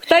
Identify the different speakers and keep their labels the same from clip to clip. Speaker 1: 二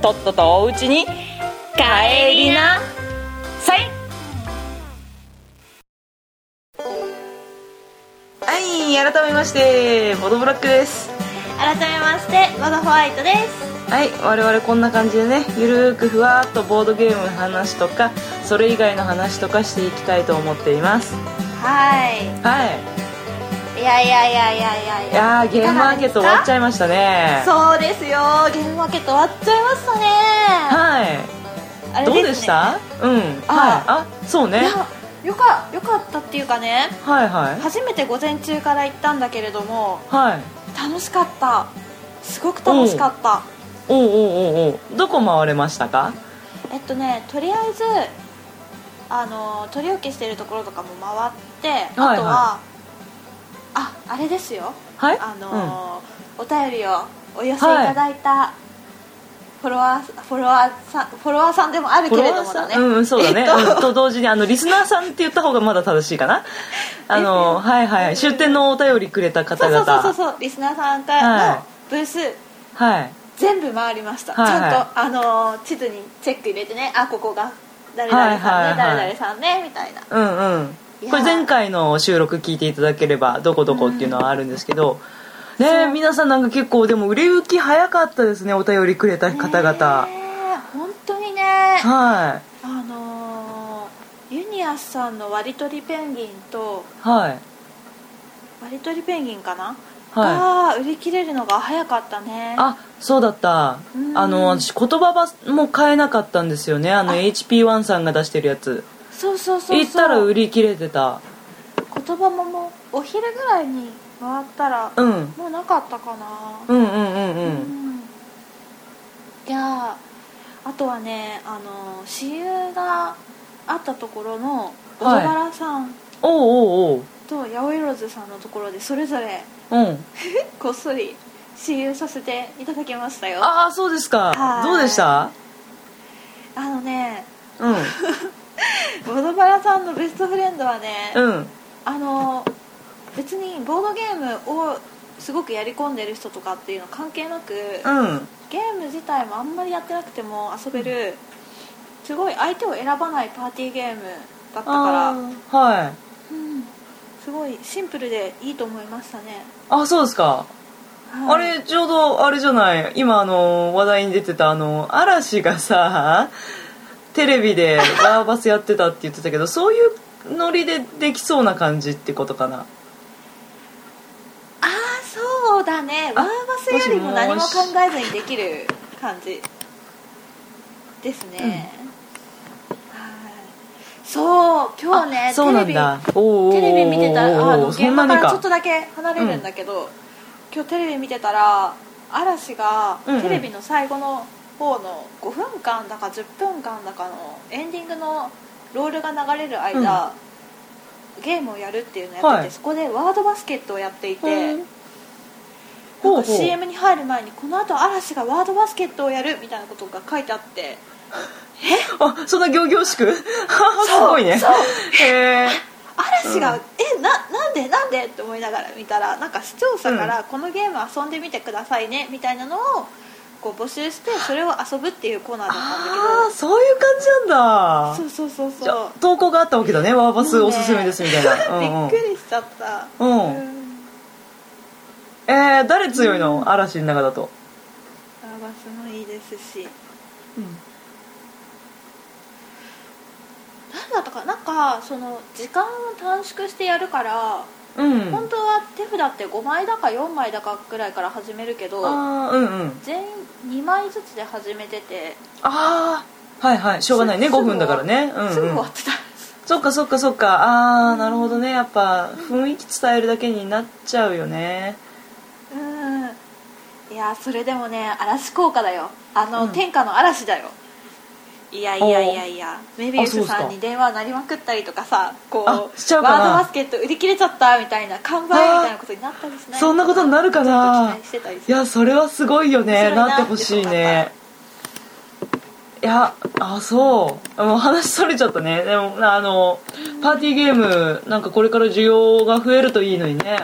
Speaker 1: とっととおうちに帰りなさいはい改めましてボドブラックです
Speaker 2: 改めましてボドホワイトです
Speaker 1: はい我々こんな感じでねゆるーくふわーっとボードゲームの話とかそれ以外の話とかしていきたいと思っています
Speaker 2: は
Speaker 1: はい
Speaker 2: いいやいやいやいやいや
Speaker 1: いやーゲームマーケット終わっちゃいましたね
Speaker 2: そうですよゲームマーケット終わっちゃいましたね
Speaker 1: はい
Speaker 2: あれ
Speaker 1: ど
Speaker 2: ね
Speaker 1: うでしたうんはい
Speaker 2: あ
Speaker 1: あそうね
Speaker 2: いやよかよかったっていうかね
Speaker 1: はいはい
Speaker 2: 初めて午前中から行ったんだけれども
Speaker 1: はい
Speaker 2: 楽しかったすごく楽しかった
Speaker 1: おうおうおうおうどこ回れましたか
Speaker 2: えっとねとりあえずあの取り置きしてるところとかも回って、
Speaker 1: はい
Speaker 2: あとはああれですよ
Speaker 1: はい
Speaker 2: あの、お便りをお寄せいただいたフォロワーフォロワーさんフォロワーさんでもある
Speaker 1: フォ
Speaker 2: け
Speaker 1: ロ
Speaker 2: れ
Speaker 1: ワー
Speaker 2: ども
Speaker 1: さ
Speaker 2: だ
Speaker 1: ん、
Speaker 2: ね、
Speaker 1: うん、そうだね、
Speaker 2: えっと
Speaker 1: うんと同時にあのリスナーさんって言った方がまだ正しいかなあのはいはいはい出店のお便りくれた方
Speaker 2: そう
Speaker 1: 々
Speaker 2: そうそうそうそうリスナーさんから
Speaker 1: はい
Speaker 2: のブース、
Speaker 1: はい
Speaker 2: 全部回りました、
Speaker 1: はいはい
Speaker 2: ちゃんとあの地図にチェック入れてねあここが誰
Speaker 1: はい
Speaker 2: 々さんね、
Speaker 1: はいはい
Speaker 2: 誰々さんねみたいな
Speaker 1: うんうん
Speaker 2: いやー
Speaker 1: これ前回の収録聞いていただければどこどこっていうのはあるんですけど、ねえ皆さんなんか結構でも売れ行き早かったですねお便りくれた方々、
Speaker 2: ねえ本当にね
Speaker 1: はい
Speaker 2: あのーユニアスさんの割り取りペンギンと
Speaker 1: はい
Speaker 2: 割り取りペンギンかな、
Speaker 1: はい
Speaker 2: が売り切れるのが早かったね
Speaker 1: あそうだった
Speaker 2: うん
Speaker 1: あの私言葉ばも買えなかったんですよねあの
Speaker 2: あ
Speaker 1: HP1 さんが出してるやつ
Speaker 2: そうそうそうそう
Speaker 1: 行ったら売り切れてた
Speaker 2: 言葉ももうお昼ぐらいに回ったら、
Speaker 1: うん
Speaker 2: もうなかったかな
Speaker 1: うんうんうんう
Speaker 2: うんいやーあとはねあのー私有があったところの小田原さん
Speaker 1: おうおう
Speaker 2: と八百万さんのところでそれぞれ
Speaker 1: おううん
Speaker 2: こっそり私有させていただきましたよ
Speaker 1: ああそうですか
Speaker 2: はい
Speaker 1: どうでした
Speaker 2: あのね
Speaker 1: うん
Speaker 2: ボドバラさんのベストフレンドはね、
Speaker 1: うん
Speaker 2: あの別にボードゲームをすごくやり込んでる人とかっていうの関係なく、
Speaker 1: うん
Speaker 2: ゲーム自体もあんまりやってなくても遊べる、すごい相手を選ばないパーティーゲームだったから、
Speaker 1: あーはい
Speaker 2: うんすごいシンプルでいいと思いましたね、
Speaker 1: あそうですか
Speaker 2: はい
Speaker 1: あれちょうどあれじゃない今あの話題に出てたあの嵐がさテレビでバーバスやってたって言ってたけ どそういうノリでできそうな感じってことかな
Speaker 2: ああそうだね
Speaker 1: あ
Speaker 2: ワーバスよりも何も
Speaker 1: も
Speaker 2: 考
Speaker 1: し
Speaker 2: えずにできる感じですね、はいそう今日ね
Speaker 1: そうなんだおうおうおうおう
Speaker 2: テレビテレビ見てたあの
Speaker 1: そん
Speaker 2: 現
Speaker 1: な
Speaker 2: 場
Speaker 1: に
Speaker 2: からちょっと
Speaker 1: か
Speaker 2: だけ離れるんだけど、今日テレビ見てたら嵐が
Speaker 1: うんうん
Speaker 2: テレビの最後の方の5分間だか10分間だかのエンディングのロールが流れる間、ゲームをやるっていうのをやってて、
Speaker 1: はい
Speaker 2: そこでワードバスケットをやっていて、
Speaker 1: うん
Speaker 2: なん
Speaker 1: ほうほ
Speaker 2: か
Speaker 1: う
Speaker 2: CM に入る前にこの後嵐がワードバスケットをやるみたいなことが書いてあって
Speaker 1: あそんな仰々しく すごいね
Speaker 2: そう
Speaker 1: へえ
Speaker 2: 嵐が、
Speaker 1: うん
Speaker 2: えななんでなんでって思いながら見たらなんか視聴者から、このゲーム遊んでみてくださいねみたいなのをこう募集してそれを遊ぶっていうコーナーだったんだ
Speaker 1: ああそういう感じなん
Speaker 2: け
Speaker 1: だ
Speaker 2: どそうそうそう
Speaker 1: じゃ
Speaker 2: そう
Speaker 1: あ投稿があったわけだねワーバスおすすめですみたいな、うんうん
Speaker 2: びっくりしちゃった
Speaker 1: うん
Speaker 2: ん
Speaker 1: えー、誰強いの嵐の中だと、
Speaker 2: ラバスもいいですしなんだったかなんかその時間を短縮してやるから、
Speaker 1: うん
Speaker 2: 本当は手札って5枚だか4枚だかぐらいから始めるけど
Speaker 1: あーうんうん
Speaker 2: 全員2枚ずつで始めてて、
Speaker 1: ああはいはいしょうがないね
Speaker 2: すぐ
Speaker 1: 5分だからねうん、
Speaker 2: すぐ終
Speaker 1: う
Speaker 2: わ
Speaker 1: ん
Speaker 2: っ、てた
Speaker 1: そっかそっかそっかああなるほどねやっぱ雰囲気伝えるだけになっちゃうよね
Speaker 2: うんいいやそれでもね嵐効果だよあの、
Speaker 1: うん
Speaker 2: 天下の嵐だよいやいやいやいやメビウ
Speaker 1: あそう
Speaker 2: ス
Speaker 1: っすか
Speaker 2: さんに電話鳴りまくったりとかさこう
Speaker 1: あしちゃうかな
Speaker 2: ワードバスケット売り切れちゃったみたいな完売みたいなことになったりしない
Speaker 1: そんなことになるかな
Speaker 2: ちょっと期待してたりす
Speaker 1: い
Speaker 2: る
Speaker 1: やそれはすごいよね
Speaker 2: 面白いな
Speaker 1: なってほしいねいやあそうもう話それちゃったねでもあのパーティーゲームなんかこれから需要が増えるといいのにね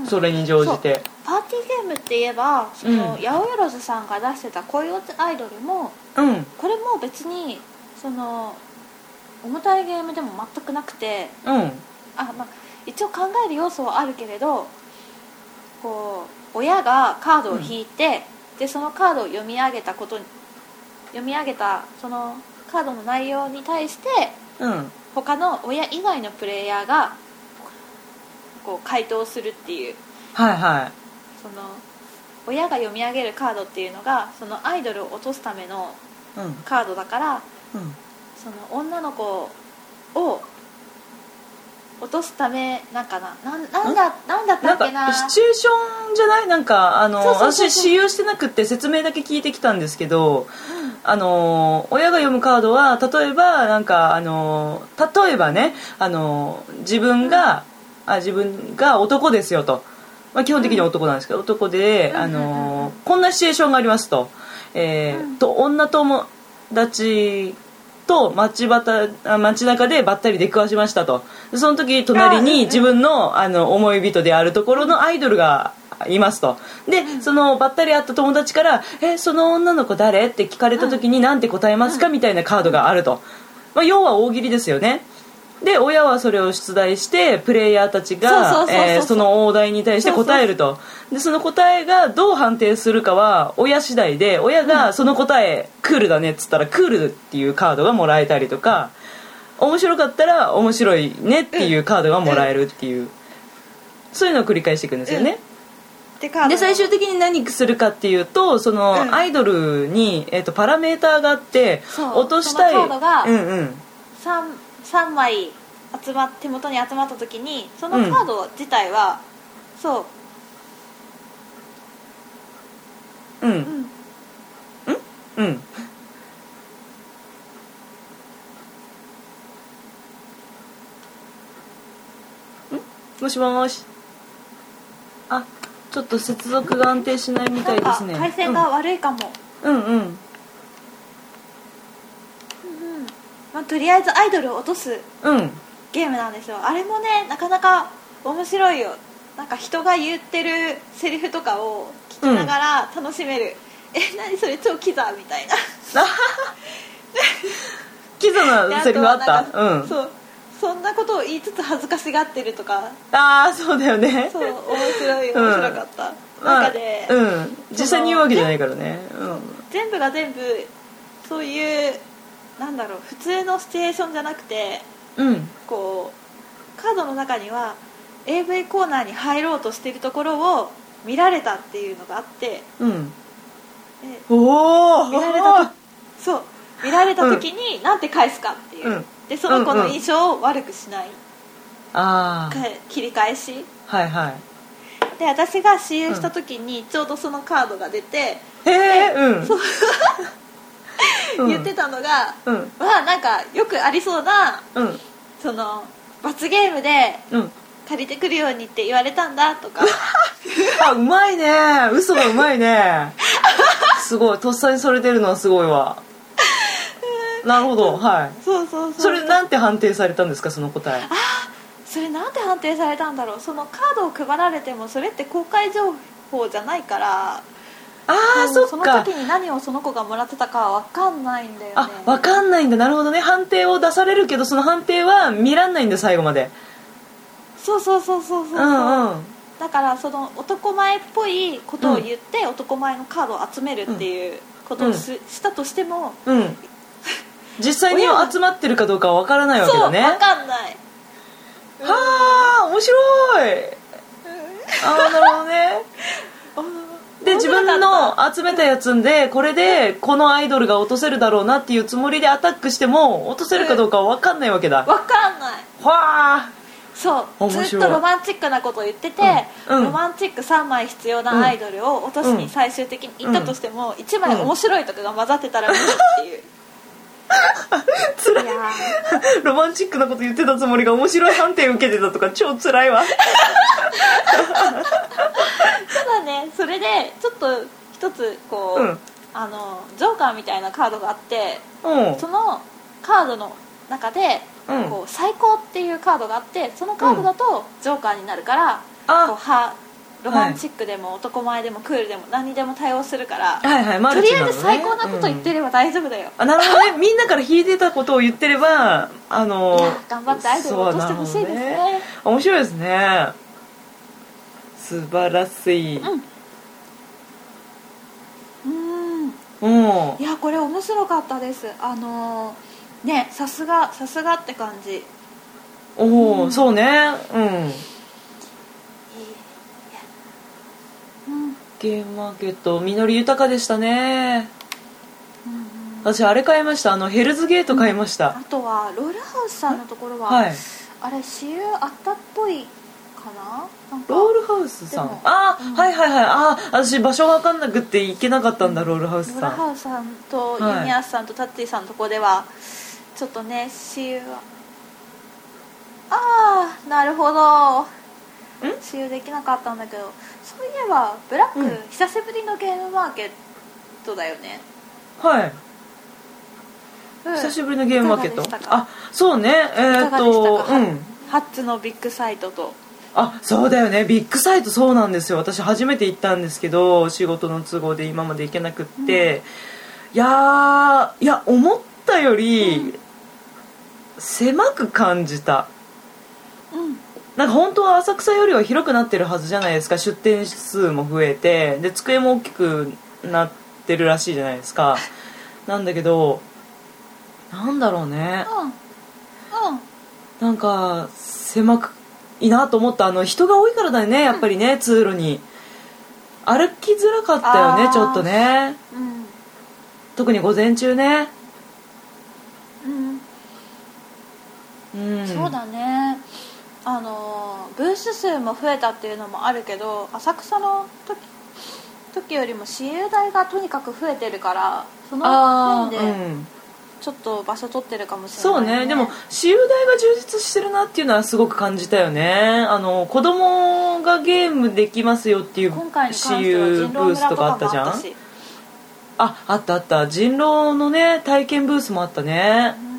Speaker 2: うん
Speaker 1: それに乗じて
Speaker 2: パーティーゲームって言えばその、
Speaker 1: うん
Speaker 2: 八百万さんが出してた「恋落ちアイドルも」
Speaker 1: うん
Speaker 2: これも別にその重たいゲームでも全くなくて
Speaker 1: うん
Speaker 2: あ、まあ、一応考える要素はあるけれどこう親がカードを引いて、でそのカードを読み上げたことに読み上げたそのカードの内容に対して
Speaker 1: うん
Speaker 2: 他の親以外のプレイヤーがこう回答するっていう
Speaker 1: はいはい
Speaker 2: その親が読み上げるカードっていうのがそのアイドルを落とすための
Speaker 1: うん
Speaker 2: カードだから
Speaker 1: うん
Speaker 2: その女の子を落とすためなんかななんなんだなんだった
Speaker 1: なん
Speaker 2: っけな
Speaker 1: かシチュエーションじゃないなんかあの
Speaker 2: そうそうそうそう
Speaker 1: 私使用してなくって説明だけ聞いてきたんですけどあの親が読むカードは例えばなんかあの例えばねあの自分が、あ自分が男ですよと、まあ、基本的に男なんですけど、男で、
Speaker 2: うん
Speaker 1: あ
Speaker 2: うんうんうん
Speaker 1: のこんなシチュエーションがありますと,、えー
Speaker 2: うん
Speaker 1: と女友達と街ばたあ街中でばったり出くわしましたとでその時隣
Speaker 2: あうんうん
Speaker 1: に自分のあの思い人であるところのアイドルがいますとでそのばったり会った友達から「えその女の子誰?」って聞かれた時に何て答えますかみたいなカードがあると、まあ、要は大喜利ですよねで親はそれを出題してプレイヤーたち
Speaker 2: そ
Speaker 1: が
Speaker 2: うそうそうそうそう
Speaker 1: えーその大題に対して答えるとでその答えがどう判定するかは親次第で親がその答えクールだねっつったらクールっていうカードがもらえたりとか面白かったら面白いねっていうカードがもらえるっていう、そういうのを繰り返していくんですよね、
Speaker 2: でカード
Speaker 1: で最終的に何するかっていうとその
Speaker 2: うん
Speaker 1: アイドルに、えっとパラメーターがあって
Speaker 2: そう
Speaker 1: 落としたい
Speaker 2: そのカードが
Speaker 1: うんうん、
Speaker 2: 3, 三枚集ま手元に集まった時にそのカード自体は、そうう、うんん、
Speaker 1: うんもしもーしあちょっと接続が安定しないみたいですね
Speaker 2: なんか回線が悪いかも、
Speaker 1: うんうんうん
Speaker 2: うんうんまあ、とりあえずアイドルを落とす
Speaker 1: うん
Speaker 2: ゲームなんですよあれもねなかなか面白いよなんか人が言ってるセリフとかを聞きながら楽しめる、え何それ超キザみたいな
Speaker 1: キザ
Speaker 2: で
Speaker 1: なセリフあっ
Speaker 2: と
Speaker 1: た
Speaker 2: は
Speaker 1: う
Speaker 2: なん
Speaker 1: ん
Speaker 2: かそうそんなことを言いつつ恥ずかしがってるとか
Speaker 1: ああそうだよね
Speaker 2: そう面白い面
Speaker 1: うん
Speaker 2: 白かった、
Speaker 1: まあ
Speaker 2: なんかね、
Speaker 1: うん実際に言うわけじゃないからね
Speaker 2: 全部が全部そういうなんだろう普通のシチュエーションじゃなくて
Speaker 1: うんうん
Speaker 2: こうカードの中には AV コーナーに入ろうとしてるところを見られたっていうのがあって
Speaker 1: うん
Speaker 2: え
Speaker 1: おお
Speaker 2: 見られたとそう見られた時に何て返すかっていう、
Speaker 1: うん
Speaker 2: でその子の印象を悪くしない、
Speaker 1: あ
Speaker 2: か切り返し
Speaker 1: あはいはい
Speaker 2: で私が CM した時にちょうどそのカードが出て、
Speaker 1: へえうん
Speaker 2: そう
Speaker 1: うん
Speaker 2: 言ってたのが、
Speaker 1: うん
Speaker 2: まあなんかよくありそうな
Speaker 1: うん
Speaker 2: その罰ゲームで
Speaker 1: うん
Speaker 2: 借りてくるようにって言われたんだと か
Speaker 1: あうまいね嘘がうまいねすごいとっさにされてるのはすごいわなるほどはい
Speaker 2: そうそうそう
Speaker 1: それなんて判定されたんですかその答え
Speaker 2: それなんて判定されたんだろうそのカードを配られてもそれって公開情報じゃないから
Speaker 1: ああ
Speaker 2: もう
Speaker 1: そっ
Speaker 2: の
Speaker 1: か
Speaker 2: 時に何をその子がもらってたかは分かんないんだよね
Speaker 1: あわかんないんだなるほどね判定を出されるけどその判定は見らんないんだ最後まで
Speaker 2: そうそうそうそうそうう、
Speaker 1: んうん
Speaker 2: だからその男前っぽいことを言って男前のカードを集めるっていうことをし,、したとしても
Speaker 1: うん実際に
Speaker 2: 親は
Speaker 1: 集まってるかどうかはわからないわけ
Speaker 2: そ
Speaker 1: だ
Speaker 2: う
Speaker 1: ね
Speaker 2: 分かんない
Speaker 1: はあ面白いああなるほど ねで
Speaker 2: 面
Speaker 1: 自
Speaker 2: 白かった
Speaker 1: 分の集めたやつんでこれでこのアイドルが落とせるだろうなっていうつもりでアタックしても落とせるかどうかは分かんないわけだわ
Speaker 2: 分かんない
Speaker 1: あ
Speaker 2: そう
Speaker 1: 面
Speaker 2: ず
Speaker 1: 白い
Speaker 2: っとロマンチックなことを言ってて、
Speaker 1: うんうん
Speaker 2: ロマンチック3枚必要なアイドルを落とし
Speaker 1: う
Speaker 2: に
Speaker 1: ん
Speaker 2: 最終的に行ったとしても、1枚
Speaker 1: うん
Speaker 2: 面白いとかが混ざってたら無理っていういや
Speaker 1: ロマンチックなこと言ってたつもりが面白い判定受けてたとか超辛いわ
Speaker 2: ーただねそれでちょっと一つこう、
Speaker 1: うん
Speaker 2: あのジョーカーみたいなカードがあって
Speaker 1: うん
Speaker 2: そのカードの中で、
Speaker 1: うん
Speaker 2: こう最高っていうカードがあってそのカードだとジョーカーになるから、こう
Speaker 1: あ
Speaker 2: はロマンチックでも男前でもクールでも何にでも対応するから、
Speaker 1: はいはいマ
Speaker 2: と
Speaker 1: ルチ
Speaker 2: り
Speaker 1: な
Speaker 2: あ
Speaker 1: の、
Speaker 2: え
Speaker 1: ね、
Speaker 2: ず最高なこと言って
Speaker 1: る、
Speaker 2: れば大丈夫だよ、
Speaker 1: あなるほど ねみんなから引いてたことを言ってればあの
Speaker 2: いや頑張ってアイドルを落としてほしいです
Speaker 1: そうな
Speaker 2: ね
Speaker 1: るほど面白いですね素晴らしい、うん
Speaker 2: うん
Speaker 1: うん
Speaker 2: いやこれ面白かったですあのーねさすがさすがって感じいいい
Speaker 1: おお、
Speaker 2: うん
Speaker 1: そうねうん
Speaker 2: やうんうん
Speaker 1: ゲームマーケット実り豊かでしたね
Speaker 2: うん
Speaker 1: 私あれ買いましたあのヘルズゲート買いました、
Speaker 2: あとはロールハウスさんのところは、
Speaker 1: はい
Speaker 2: あれ私有あったっぽいかななんか
Speaker 1: ロールハウスさん
Speaker 2: でも
Speaker 1: あー、
Speaker 2: うん
Speaker 1: はいはいはいあー私場所が分かんなくて行けなかったんだロールハウス
Speaker 2: ロー
Speaker 1: さ
Speaker 2: ル
Speaker 1: ん
Speaker 2: ハウスさんとユニアスさんとタッチーさんのとこではちょっとね私有はああなるほど
Speaker 1: ん
Speaker 2: 私有できなかったんだけどそういえばブラック、
Speaker 1: うん
Speaker 2: 久しぶりのゲームマーケットだよね、
Speaker 1: はい、
Speaker 2: うん、
Speaker 1: 久しぶりのゲームマーケット
Speaker 2: いかがでしたか
Speaker 1: あそうねえー、
Speaker 2: い
Speaker 1: っ
Speaker 2: かがでした
Speaker 1: と
Speaker 2: か
Speaker 1: うん
Speaker 2: ハッツのビッグサイトと
Speaker 1: あそうだよねビッグサイトそうなんですよ私初めて行ったんですけど仕事の都合で今まで行けなくって、いやーいや思ったより、
Speaker 2: うん
Speaker 1: 狭く感じた
Speaker 2: うん
Speaker 1: なんか本当は浅草よりは広くなってるはずじゃないですか出店数も増えてで机も大きくなってるらしいじゃないです かなんだけどなんだろうね
Speaker 2: うんうん
Speaker 1: なんか狭くいいなと思ったあの人が多いからだよねやっぱりね、通路に歩きづらかったよ
Speaker 2: あー
Speaker 1: ねちょっとね
Speaker 2: うん
Speaker 1: 特に午前中ね
Speaker 2: うん
Speaker 1: うん
Speaker 2: そうだねあのブース数も増えたっていうのもあるけど浅草の時時よりも私有代がとにかく増えてるからその
Speaker 1: あ
Speaker 2: 面
Speaker 1: あ、
Speaker 2: で
Speaker 1: うん、
Speaker 2: ちょっと場所取ってるかもしれ
Speaker 1: そ
Speaker 2: な
Speaker 1: う
Speaker 2: い、ね
Speaker 1: ねでも私有代が充実してるなっていうのはすごく感じたよねあの子供がゲームできますよっていう
Speaker 2: 今回に
Speaker 1: 私
Speaker 2: 関しては
Speaker 1: 有
Speaker 2: 人
Speaker 1: ブ
Speaker 2: 狼
Speaker 1: ース
Speaker 2: 村
Speaker 1: と
Speaker 2: と
Speaker 1: か
Speaker 2: か
Speaker 1: あ
Speaker 2: も
Speaker 1: ったじゃ
Speaker 2: あった
Speaker 1: ん
Speaker 2: し
Speaker 1: ああったあった人狼のね体験ブースもあったね
Speaker 2: うー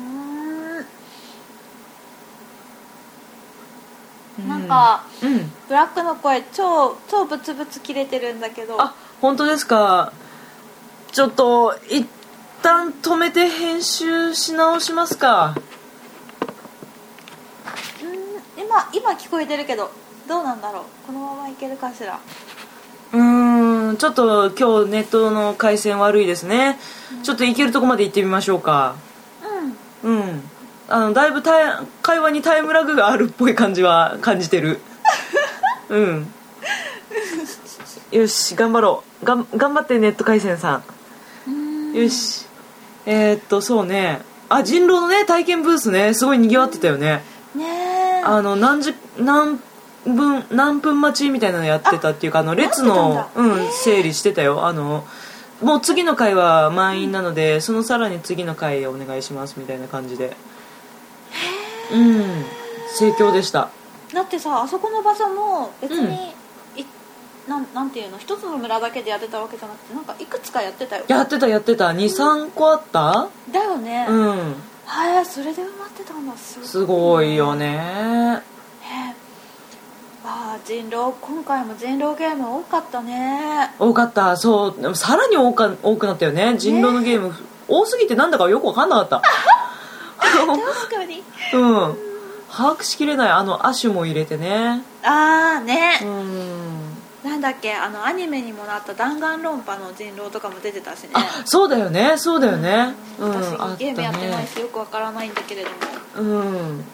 Speaker 1: うんん
Speaker 2: なんか
Speaker 1: うん
Speaker 2: ブラックの声超超ブツブツ切れてるんだけど
Speaker 1: あ本当ですかちょっと一旦止めて編集し直しますか
Speaker 2: うん今今聞こえてるけどどうなんだろうこのままいけるかしら
Speaker 1: うーんちょっと今日ネットの回線悪いですねちょっと行けるとこまで行ってみましょうか
Speaker 2: うん
Speaker 1: うんあのだいぶタイ会話にタイムラグがあるっぽい感じは 感じてるうんよし頑張ろうがん頑張ってネット回線さ
Speaker 2: う
Speaker 1: ん
Speaker 2: ん
Speaker 1: よしえー、っとそうねあ人狼のね体験ブースねすごい賑わってたよね、
Speaker 2: ねえ
Speaker 1: あの何時何分何分待ちみたいなのやってたっていうかあの列の
Speaker 2: やってたんだ
Speaker 1: うん整理してたよあのもう次の回は満員なのでそのさらに次の回お願いしますみたいな感じでうん盛況でした
Speaker 2: だってさあそこの場所も別に、
Speaker 1: うん
Speaker 2: いなんなんていうの一つの村だけでやってたわけじゃなくてなんかいくつかやってたよ
Speaker 1: やってたやってた23個あった
Speaker 2: だよね、
Speaker 1: うん
Speaker 2: はいそれで埋まってたんだす
Speaker 1: すごいよ
Speaker 2: ね
Speaker 1: ね
Speaker 2: えああ人狼今回も人狼ゲーム多かった ね
Speaker 1: 多かったそうでもさらに多か多くなったよね人狼のゲーム多すぎてなんだかよく分かんなかった
Speaker 2: 確かに
Speaker 1: うん把握しきれないあのアシュも入れてね
Speaker 2: ああ
Speaker 1: う
Speaker 2: ね、
Speaker 1: ん
Speaker 2: なんだっけあのアニメにもなった弾丸論破の人狼とかも出てたしね
Speaker 1: あそうだよねそうだよねうんあ
Speaker 2: 私ゲームやってない
Speaker 1: た
Speaker 2: しよくわからないんだけれども
Speaker 1: ねうん
Speaker 2: うん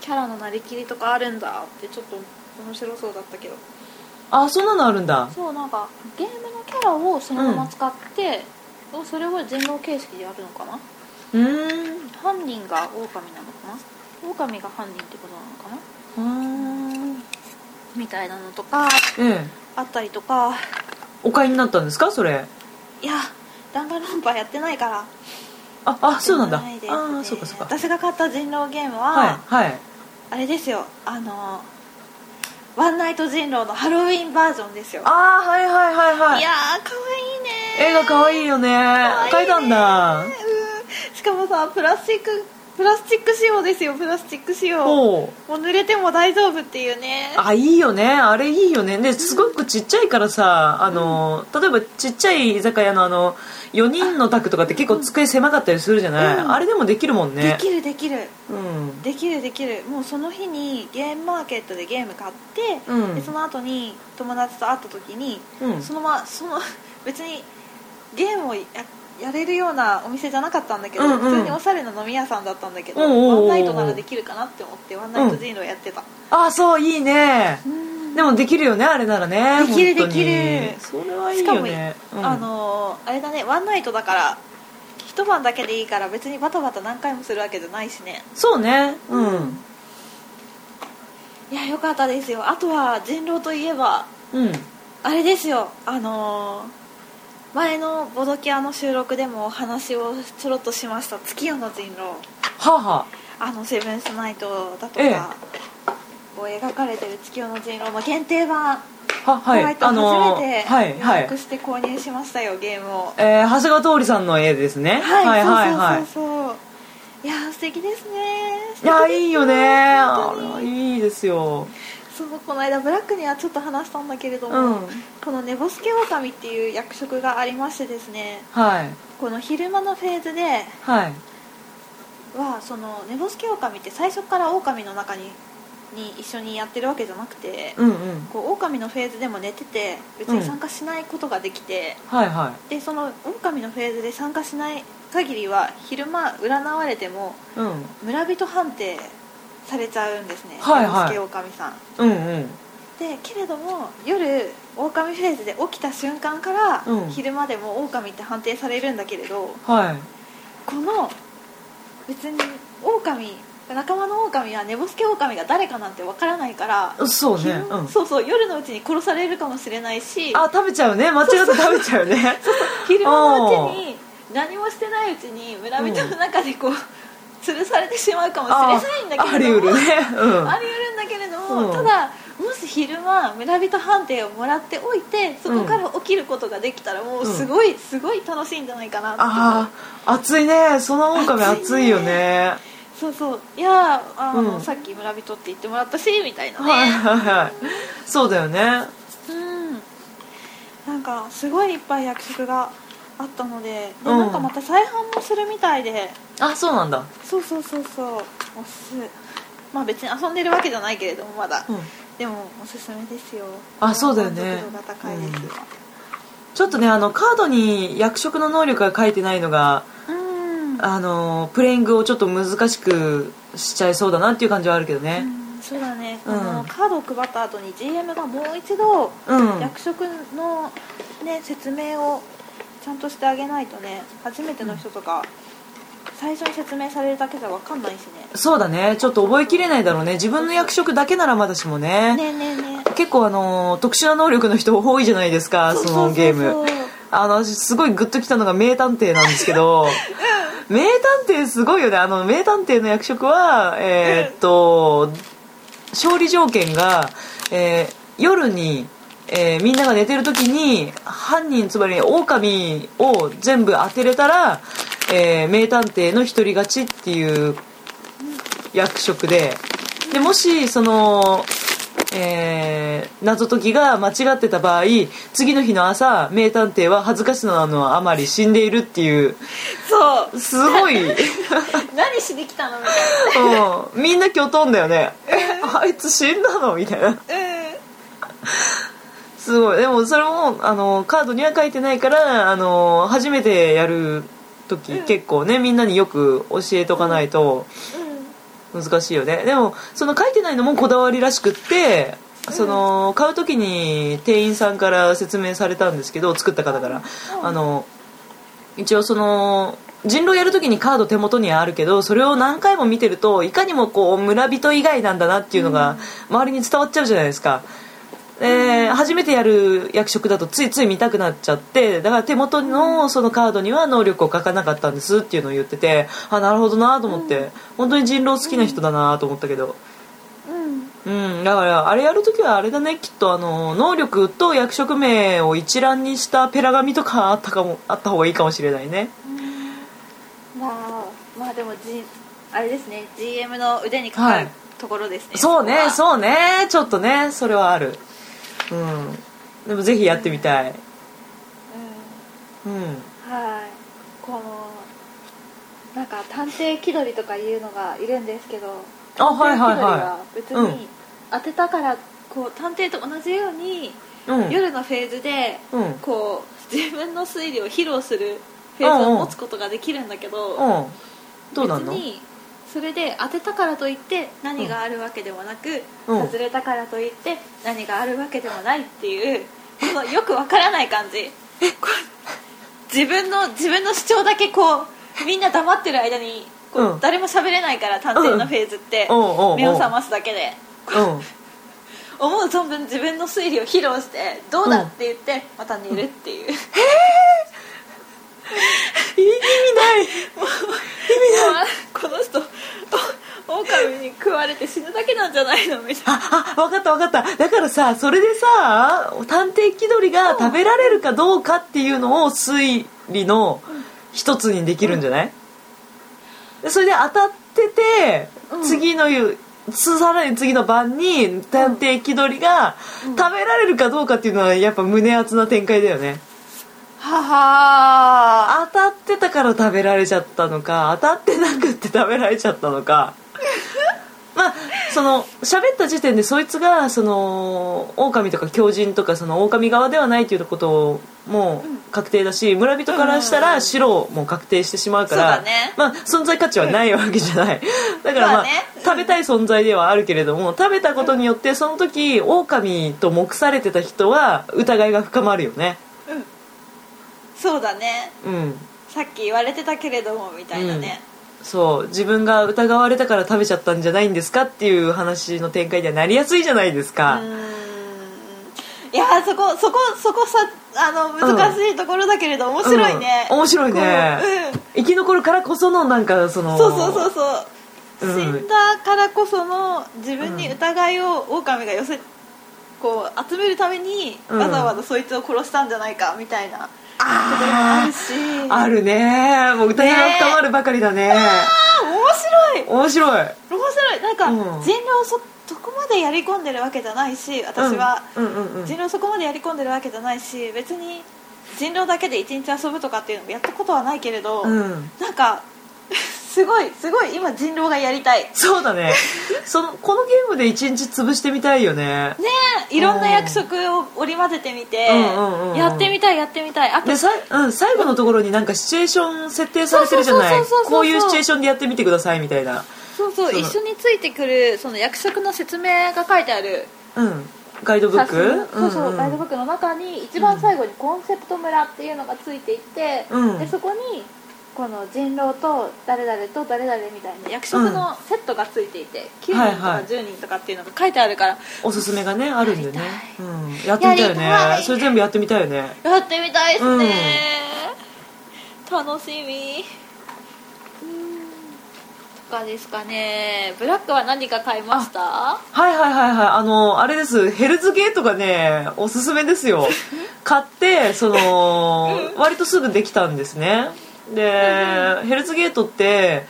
Speaker 2: キャラのなりきりとかあるんだってちょっと面白そうだったけど
Speaker 1: あそんなのあるんだ
Speaker 2: そうなんかゲームのキャラをそのまま使って、おそれを人狼形式でやるのかな
Speaker 1: うん
Speaker 2: 犯人が狼なのかな狼が犯人ってことなの
Speaker 1: う
Speaker 2: かな
Speaker 1: ーん
Speaker 2: みたいなのとか
Speaker 1: ええ
Speaker 2: あったりとか
Speaker 1: お買いになったんですかそれ
Speaker 2: いやダンガロンパやってないから
Speaker 1: ああそうなんだあ
Speaker 2: やっていです
Speaker 1: あそうかそうか
Speaker 2: 私が買った人狼ゲームは、
Speaker 1: はいはい
Speaker 2: あれですよあのワンナイト人狼のハロウィンバージョンですよ
Speaker 1: ああはいはいはいはい
Speaker 2: いやーかわいいね
Speaker 1: 絵が可愛いよね
Speaker 2: いいね
Speaker 1: 描いたんだ
Speaker 2: うんしかもさプラスチックプラスチック仕様ですよプラスチック仕様も
Speaker 1: おう
Speaker 2: う濡れても大丈夫っていうね
Speaker 1: あいいよねあれいいよねですごくちっちゃいからさあの、例えばちっちゃい居酒屋のあの4人の宅とかって結構机狭かったりするじゃない、
Speaker 2: うん
Speaker 1: あれでもできるもんね
Speaker 2: できるできる
Speaker 1: うん
Speaker 2: できるできるもうその日にゲームマーケットでゲーム買って、
Speaker 1: うん
Speaker 2: でその後に友達と会った時に、
Speaker 1: うん
Speaker 2: そのまその 別にゲームをややれるようなお店じゃなかったんだけど、
Speaker 1: うんうん
Speaker 2: 普通におしゃれな飲み屋さんだったんだけど、
Speaker 1: うんうんうんうん
Speaker 2: ワンナイトならできるかなって思ってワンナイト人狼やってた、
Speaker 1: あそういいねでもできるよねあれならね
Speaker 2: できる
Speaker 1: 本当に
Speaker 2: できる
Speaker 1: それはいいよねうん
Speaker 2: あのーあれだねワンナイトだから一晩だけでいいから別にバタバタ何回もするわけじゃないしね
Speaker 1: そうねうん、
Speaker 2: いやよかったですよあとは人狼といえば
Speaker 1: うん
Speaker 2: あれですよあのー前のボドキアの収録でもお話をちょろっとしました月夜の人狼
Speaker 1: はあは
Speaker 2: あのセブンスナイトだと
Speaker 1: ええ
Speaker 2: かを描かれてる月夜の人狼の限定版
Speaker 1: あははい
Speaker 2: ホワイト
Speaker 1: の
Speaker 2: 初め
Speaker 1: はい
Speaker 2: て予
Speaker 1: はい
Speaker 2: 約して購入しましたよゲームを
Speaker 1: えー、長谷川通りさんの絵ですね、
Speaker 2: はい、
Speaker 1: はい
Speaker 2: はい
Speaker 1: はい
Speaker 2: そうそうそうそういやー素敵ですね素敵です
Speaker 1: いやいいよねあ
Speaker 2: 本当
Speaker 1: れ
Speaker 2: に
Speaker 1: はいいですよ
Speaker 2: そのこの間ブラックにはちょっと話したんだけれど
Speaker 1: う
Speaker 2: も、
Speaker 1: ん
Speaker 2: この寝ぼすけ狼っていう役職がありましてですね
Speaker 1: はい
Speaker 2: この昼間のフェーズで
Speaker 1: はい
Speaker 2: はその寝ぼすけ狼って最初から狼の中にに一緒にやってるわけじゃなくて、
Speaker 1: うんうん
Speaker 2: こう狼のフェーズでも寝てて別に参加しないことができて、
Speaker 1: はいは
Speaker 2: でその狼のフェーズで参加しない限りは昼間占われても
Speaker 1: いうん
Speaker 2: 村人判定されちゃうんですね、
Speaker 1: はいはい
Speaker 2: 寝ぼすけ狼さん
Speaker 1: うんうん
Speaker 2: でけれども夜狼フェーズで起きた瞬間から、
Speaker 1: うん
Speaker 2: 昼間でも狼って判定されるんだけれど
Speaker 1: はい
Speaker 2: この別に狼仲間の狼は寝ぼすけ狼が誰かなんてわからないから、
Speaker 1: そうね
Speaker 2: 昼
Speaker 1: うん
Speaker 2: そうそう夜のうちに殺されるかもしれないし
Speaker 1: あ食べちゃうね間違って食べちゃうね
Speaker 2: 昼間のうちに何もしてないうちに村人の中でこう、吊るされてしまうかもしれないんだ
Speaker 1: あ
Speaker 2: け
Speaker 1: り
Speaker 2: れど
Speaker 1: 得
Speaker 2: も
Speaker 1: るねうん
Speaker 2: あり得るんだけれども、
Speaker 1: うん
Speaker 2: ただもし昼間村人判定をもらっておいてそこから起きることができたらもうすごい、すごい楽しいんじゃないかなって思う
Speaker 1: ああ暑いねその狼暑
Speaker 2: 暑いね
Speaker 1: いよね
Speaker 2: そうそういやーあの、
Speaker 1: うん
Speaker 2: さっき村人って言ってもらったしみたいなね、
Speaker 1: はいはいはいそうだよね
Speaker 2: うんなんかすごいいっぱい役職があったのでで、
Speaker 1: うん
Speaker 2: なんかまた再販もするみたいで
Speaker 1: あそうなんだ
Speaker 2: そうそうそうそうおすすまあ別に遊んでるわけじゃないけれどもまだ、
Speaker 1: うん
Speaker 2: でもおすすめですよ
Speaker 1: あそうだよね
Speaker 2: 満足度が高いです、
Speaker 1: ちょっとねあのカードに役職の能力が書いてないのが
Speaker 2: うん
Speaker 1: あのプレイングをちょっと難しくしちゃいそうだなっていう感じはあるけどね
Speaker 2: そうだね、
Speaker 1: うん
Speaker 2: あのカードを配った後に GM がもう一度
Speaker 1: うん、うん、
Speaker 2: 役職の、ね、説明をちゃんとしてあげないとね初めての人とか最初に説明されるだけじゃ分かんないしね
Speaker 1: そうだねちょっと覚えきれないだろうね自分の役職だけならまだしもね
Speaker 2: ねえねえね
Speaker 1: 結構あの特殊な能力の人多いじゃないですか
Speaker 2: え
Speaker 1: そのゲーム
Speaker 2: そうそう
Speaker 1: あの私すごいグッときたのが名探偵なんですけ ど、名探偵すごいよねあの名探偵の役職はえーっと、勝利条件が、えー夜に、えーみんなが寝てる時に犯人つまり狼を全部当てれたら、えー名探偵の一人勝ちっていう役職ででもしその、えー謎解きが間違ってた場合次の日の朝名探偵は恥ずかしさのあまり死んでいるっていう
Speaker 2: そう
Speaker 1: すごい、うん、
Speaker 2: そう何しに来たのみたい
Speaker 1: みんなきょとんだよね えあいつ死んだのみたいな
Speaker 2: なうん
Speaker 1: すごいでもそれもあのカードには書いてないからあの初めてやる時、
Speaker 2: うん
Speaker 1: 結構ねみんなによく教えとかないと。
Speaker 2: うん
Speaker 1: 難しいよねでもその書いてないのもこだわりらしくって
Speaker 2: うん
Speaker 1: その買う時に店員さんから説明されたんですけど作った方から
Speaker 2: うん
Speaker 1: あの一応その人狼やるときにカード手元にはあるけどそれを何回も見てるといかにもこう村人以外なんだなっていうのが周りに伝わっちゃうじゃないですか、で初めてやる役職だとついつい見たくなっちゃってだから手元のそのカードには能力を書かなかったんですっていうのを言っててあなるほどなと思って、本当に人狼好きな人だなと思ったけど、う
Speaker 2: うん
Speaker 1: ん、だからあれやるときはあれだねきっとあの能力と役職名を一覧にしたペラ紙とかあったかもあった方がいいかもしれないね
Speaker 2: まあまあでも、G、あれですね GM の腕にかかる
Speaker 1: はい
Speaker 2: ところですね、
Speaker 1: そう
Speaker 2: こ
Speaker 1: ね
Speaker 2: は
Speaker 1: そうねちょっとねそれはあるうんでもぜひやってみたいうん
Speaker 2: うんはいこのなんか探偵気取りとかいうのがいるんですけど
Speaker 1: あはいはい
Speaker 2: 探
Speaker 1: は
Speaker 2: 偵気取り
Speaker 1: う
Speaker 2: は別に当てたからこう探偵と同じように、
Speaker 1: いうん
Speaker 2: 夜のフェーズで
Speaker 1: うんうん
Speaker 2: こう自分の推理を披露するフェーズを持つことができるんだけど、
Speaker 1: どうなんの
Speaker 2: 別にそれで当てたからといって何があるわけでもなく、
Speaker 1: うん
Speaker 2: 外れたからといって何があるわけでもないっていうこのよくわからない感じこう自分の自分の主張だけこうみんな黙ってる間にこう、
Speaker 1: うん
Speaker 2: 誰も喋れないから探偵のフェーズって、
Speaker 1: おうおうおう
Speaker 2: 目を覚ますだけで
Speaker 1: うん
Speaker 2: 思う存分自分の推理を披露してどうだって言って、また寝るっていう。
Speaker 1: 意味ない
Speaker 2: この人オオカミに食われて死ぬだけなんじゃないのみたいな
Speaker 1: あ分かった分かっただからさそれでさ探偵気取りが食べられるかどうかっていうのを推理の一つにできるんじゃない、でそれで当たってて、
Speaker 2: うん
Speaker 1: 次の言うつさらに次の晩に探偵気取りが
Speaker 2: うん
Speaker 1: 食べられるかどうかっていうのはやっぱ胸熱な展開だよね
Speaker 2: はは
Speaker 1: 当たってたから食べられちゃったのか当たってなくって食べられちゃったの かまあその喋った時点でそいつがその狼とか狂人とかその狼側ではないということも確定だし村人からした
Speaker 2: うんうんう
Speaker 1: ら
Speaker 2: ん
Speaker 1: 白も確定してしまうから
Speaker 2: そうだね
Speaker 1: まあ存在価値はないわけじゃ ない、だから
Speaker 2: ま
Speaker 1: ま
Speaker 2: あ
Speaker 1: あ
Speaker 2: ね
Speaker 1: 食べたい存在ではあるけれども食べたことによってその時狼と目されてた人は疑いが深まるよね
Speaker 2: そうだね
Speaker 1: うん
Speaker 2: さっき言われてたけれどもみたいなね、
Speaker 1: そう自分が疑われたから食べちゃったんじゃないんですかっていう話の展開にはなりやすいじゃないです
Speaker 2: う
Speaker 1: か、
Speaker 2: ーんいやーそこそこそこさあの難しいところだけれど面白いね、
Speaker 1: うん面白いね
Speaker 2: こ
Speaker 1: 生き残るからこそのなんかそうの
Speaker 2: うん、そうそうそうそう
Speaker 1: うん
Speaker 2: 死んだからこその自分に疑いをオオカミが寄せこう集めるために
Speaker 1: うん
Speaker 2: わざわざそいつを殺したんじゃないかみたいなところもあ
Speaker 1: あ
Speaker 2: るし
Speaker 1: ーあるねもう疑いが深まるばかりだね
Speaker 2: あ面白い
Speaker 1: 面白い
Speaker 2: 面白いなんか、
Speaker 1: うん
Speaker 2: 人狼をそそこまでやり込んでるわけじゃないし私は、
Speaker 1: うんうんうんうん
Speaker 2: 人狼そこまでやり込んでるわけじゃないし別に人狼だけで一日遊ぶとかっていうのもやったことはないけれど、
Speaker 1: うん
Speaker 2: なんか すごいすごい今人狼がやりたいね
Speaker 1: そうだねそのこのゲームで一日潰してみたいよね
Speaker 2: えいろんな役職を織り交ぜてみて、
Speaker 1: うんうんうんうん
Speaker 2: やってみたいやってみたいあと
Speaker 1: でさい、うん、最後のところになんかシチュエーション設定されてるじゃない
Speaker 2: そうそうそうそうそう
Speaker 1: こういうシチュエーションでやってみてくださいみたいな
Speaker 2: そうそう
Speaker 1: その
Speaker 2: 一緒についてくるその役職の説明が書いてある
Speaker 1: うんガイドブック
Speaker 2: 冊子そうそう、
Speaker 1: んん
Speaker 2: ガイドブックの中に一番最後にコンセプト村っていうのがついていて、
Speaker 1: うん
Speaker 2: でそこにこの人狼と誰々と誰々みたいな役職のセットがついていて、9人と
Speaker 1: はいは
Speaker 2: か
Speaker 1: い
Speaker 2: 10人とかっていうのが書いてあるから、
Speaker 1: おすすめがねあるんでね
Speaker 2: や
Speaker 1: や,、うん、やってみたいよ
Speaker 2: やりた
Speaker 1: ね
Speaker 2: い
Speaker 1: それ全部やってみたいよね
Speaker 2: やってみたいですね、楽しみうんとかですかねブラックは何か買いました
Speaker 1: はいはいはいはいあのあれですヘルズゲートがねおすすめですよ買ってその割とすぐできたんですねでヘルズゲートって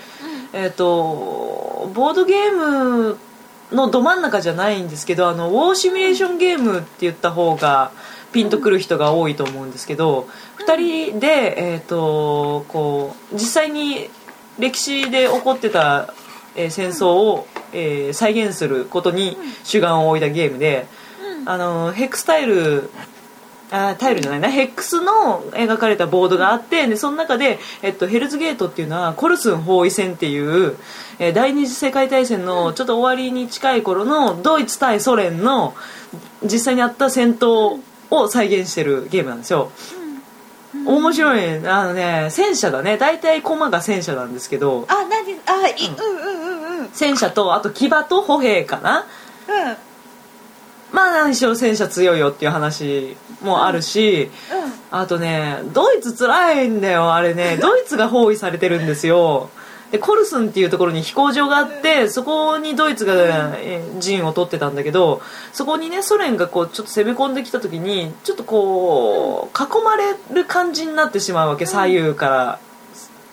Speaker 1: えっ、とボードゲームのど真ん中じゃないんですけどあのウォーシミュレーションゲームって言った方がピンとくる人が多いと思うんですけど、二2人で、えー、とこう実際に歴史で起こってた、えー戦争を、えー再現することに主眼を置いたゲームで、
Speaker 2: うん
Speaker 1: あのヘックスタイルあータイルじゃないなヘックスの描かれたボードがあってでその中で、えっと、ヘルズゲートっていうのはコルスン包囲戦っていう、えー第二次世界大戦のちょっと終わりに近い頃のドイツ対ソ連の実際にあった戦闘を再現してるゲームなんですよ。面白いねあのね戦車だね大体駒が戦車なんですけど
Speaker 2: あ何あい、うん、うんうんうんうんうん
Speaker 1: 戦車とあと騎馬と歩兵かなまあ何しろ戦車強いよっていう話もあるし、あとねドイツ辛いんだよあれ ねドイツが包囲されてるんですよでコルスンっていうところに飛行場があってそこにドイツがえー陣を取ってたんだけどそこにねソ連がこうちょっと攻め込んできた時にちょっとこう囲まれる感じになってしまうわけ左右から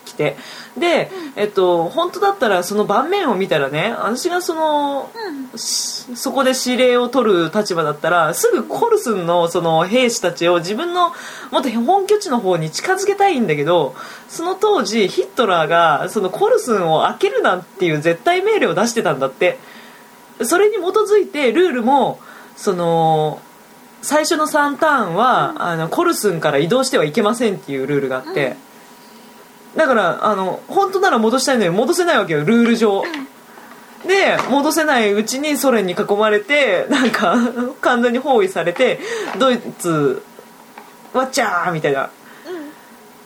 Speaker 1: 来てで、えっと、本当だったらその盤面を見たらね私がその
Speaker 2: うん
Speaker 1: しそこで指令を取る立場だったらすぐコルスンのその兵士たちを自分のもっと本拠地の方に近づけたいんだけどその当時ヒットラーがそのコルスンを開けるなんていう絶対命令を出してたんだってそれに基づいてルールもその最初の3ターンは、あのコルスンから移動してはいけませんっていうルールがあって、だからあの本当なら戻したいのに戻せないわけよルール上。で戻せないうちにソ連に囲まれてなんか完全に包囲されてドイツわっちゃーみたいな
Speaker 2: うん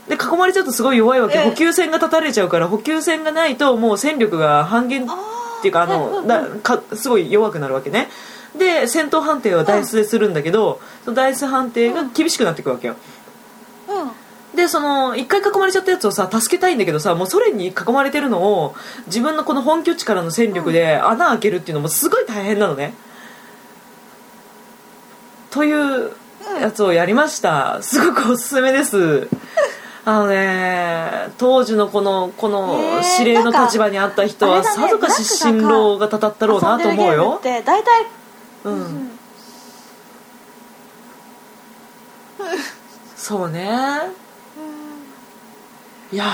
Speaker 1: で囲まれちゃうとすごい弱いわけ
Speaker 2: ええ
Speaker 1: 補給線が断たれちゃうから補給線がないともう戦力が半減っ
Speaker 2: あー
Speaker 1: ていうかあ
Speaker 2: うんうんう
Speaker 1: の
Speaker 2: ん
Speaker 1: だかすごい弱くなるわけねで戦闘判定はダイスでするんだけどそのダイス判定が厳しくなっていくわけよ
Speaker 2: うん
Speaker 1: でその一回囲まれちゃったやつをさ助けたいんだけどさもうソ連に囲まれてるのを自分のこの本拠地からの戦力で穴開けるっていうのもすごい大変なのね。というやつをやりましたすごくおすすめですあのね当時のこのこの
Speaker 2: ねえ
Speaker 1: 指令の立場にあった人は
Speaker 2: なんかあ
Speaker 1: さ
Speaker 2: れだ
Speaker 1: ぞ
Speaker 2: ね
Speaker 1: かし辛労がたたったろうなと思うよ
Speaker 2: 遊んでるゲームって大体
Speaker 1: う
Speaker 2: うんん
Speaker 1: そうねいや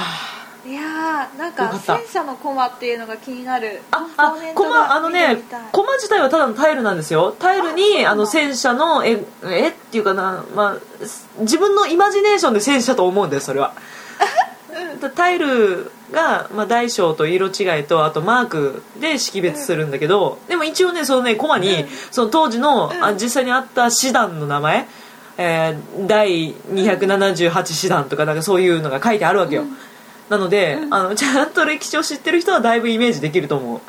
Speaker 1: ー
Speaker 2: うんいやーなん
Speaker 1: よか
Speaker 2: か
Speaker 1: った
Speaker 2: 戦車の駒っていうのが気になる
Speaker 1: あ、あ、コマ、あのね、コマ自体はただのタイルなんですよ。タイル
Speaker 2: あそうなん
Speaker 1: に、
Speaker 2: だ
Speaker 1: あの、戦車の絵、絵っていうかな、まあ、す自分のイマジネーションで戦車と思うんだよ、それ は。だタイルが、まあ、大小と色違いとあとマークで識別するんだけど、でも一応ねそのねコマに、
Speaker 2: うん
Speaker 1: その当時の、
Speaker 2: うん
Speaker 1: あ実際にあった師団の名前、えー第278師団とかなんかそういうのが書いてあるわけよ、なので、
Speaker 2: うん
Speaker 1: あのちゃんと歴史を知ってる人はだいぶイメージできると思う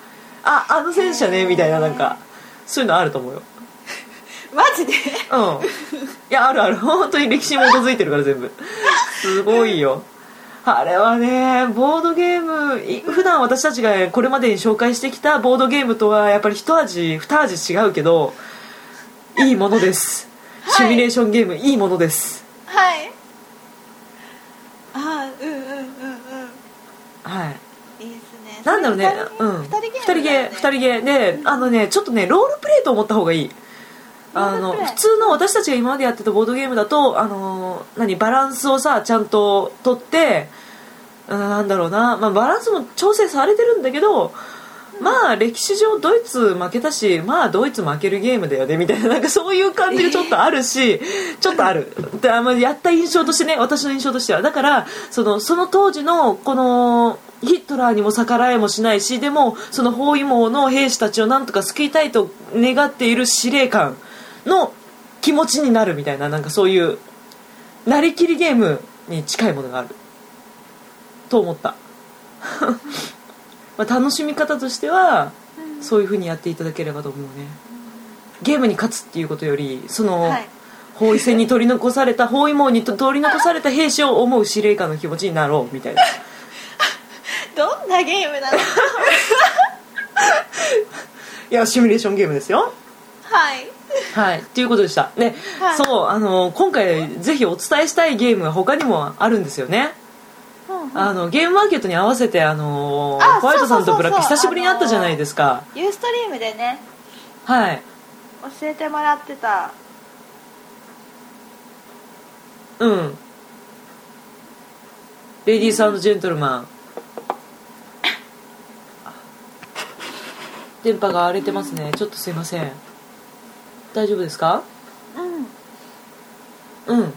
Speaker 1: ああの戦車ねみたいななんかそういうのあると思うよ
Speaker 2: マ ジで
Speaker 1: うんいやあるあ る本当に歴史に基づいてるから全部すごいよあれはねボードゲームい普段私たちがこれまでに紹介してきたボードゲームとはやっぱり一味二味違うけどいいものです、
Speaker 2: はい
Speaker 1: シミュレーションゲームいいものです
Speaker 2: はいあーうんうんうんうん
Speaker 1: はい
Speaker 2: いいですね
Speaker 1: なんだろうね
Speaker 2: それ
Speaker 1: うん
Speaker 2: 二人ゲーム
Speaker 1: 二人ゲー二人ゲーであのねちょっとねロールプレイと思った方がいいあ
Speaker 2: ロー
Speaker 1: の
Speaker 2: ルプレイ
Speaker 1: 普通の私たちが今までやってたボードゲームだとあのー何バランスをさちゃんと取ってうんなんだろうな、まあ、バランスも調整されてるんだけどまあ歴史上ドイツ負けたしまあドイツ負けるゲームだよねみたいななん かそういう感じがちょっとあるしちょっとあるであのやった印象としてね私の印象としてはだからそのその当時のこのヒットラーにも逆らえもしないしでもその包囲網の兵士たちをなんとか救いたいと願っている司令官の気持ちになるみたいななんかそういうなりきりゲームに近いものがあると思った、 まあ、楽しみ方としては
Speaker 2: うん
Speaker 1: そういう風にやっていただければと思うねゲームに勝つっていうことよりその、
Speaker 2: はい
Speaker 1: 包囲戦に取り残された包囲網にと取り残された兵士を思う司令官の気持ちになろうみたい な
Speaker 2: どんなゲームなの
Speaker 1: いやシミュレーションゲームですよ
Speaker 2: はい
Speaker 1: はいっていうことでしたね、
Speaker 2: はい
Speaker 1: そうあの今回ぜひお伝えしたいゲームは他にもあるんですよね
Speaker 2: うんうん
Speaker 1: あのゲームマーケットに合わせてあの
Speaker 2: あ
Speaker 1: ホワイトさんとブラック
Speaker 2: そうそうそうそ
Speaker 1: 久し
Speaker 2: う
Speaker 1: ぶりに会ったじゃないですか、
Speaker 2: ユーストリームでね
Speaker 1: はい
Speaker 2: 教えてもらってた
Speaker 1: うんレディースジェントルマン電波が荒れてますねちょっとすいません大丈夫ですか
Speaker 2: うん
Speaker 1: うん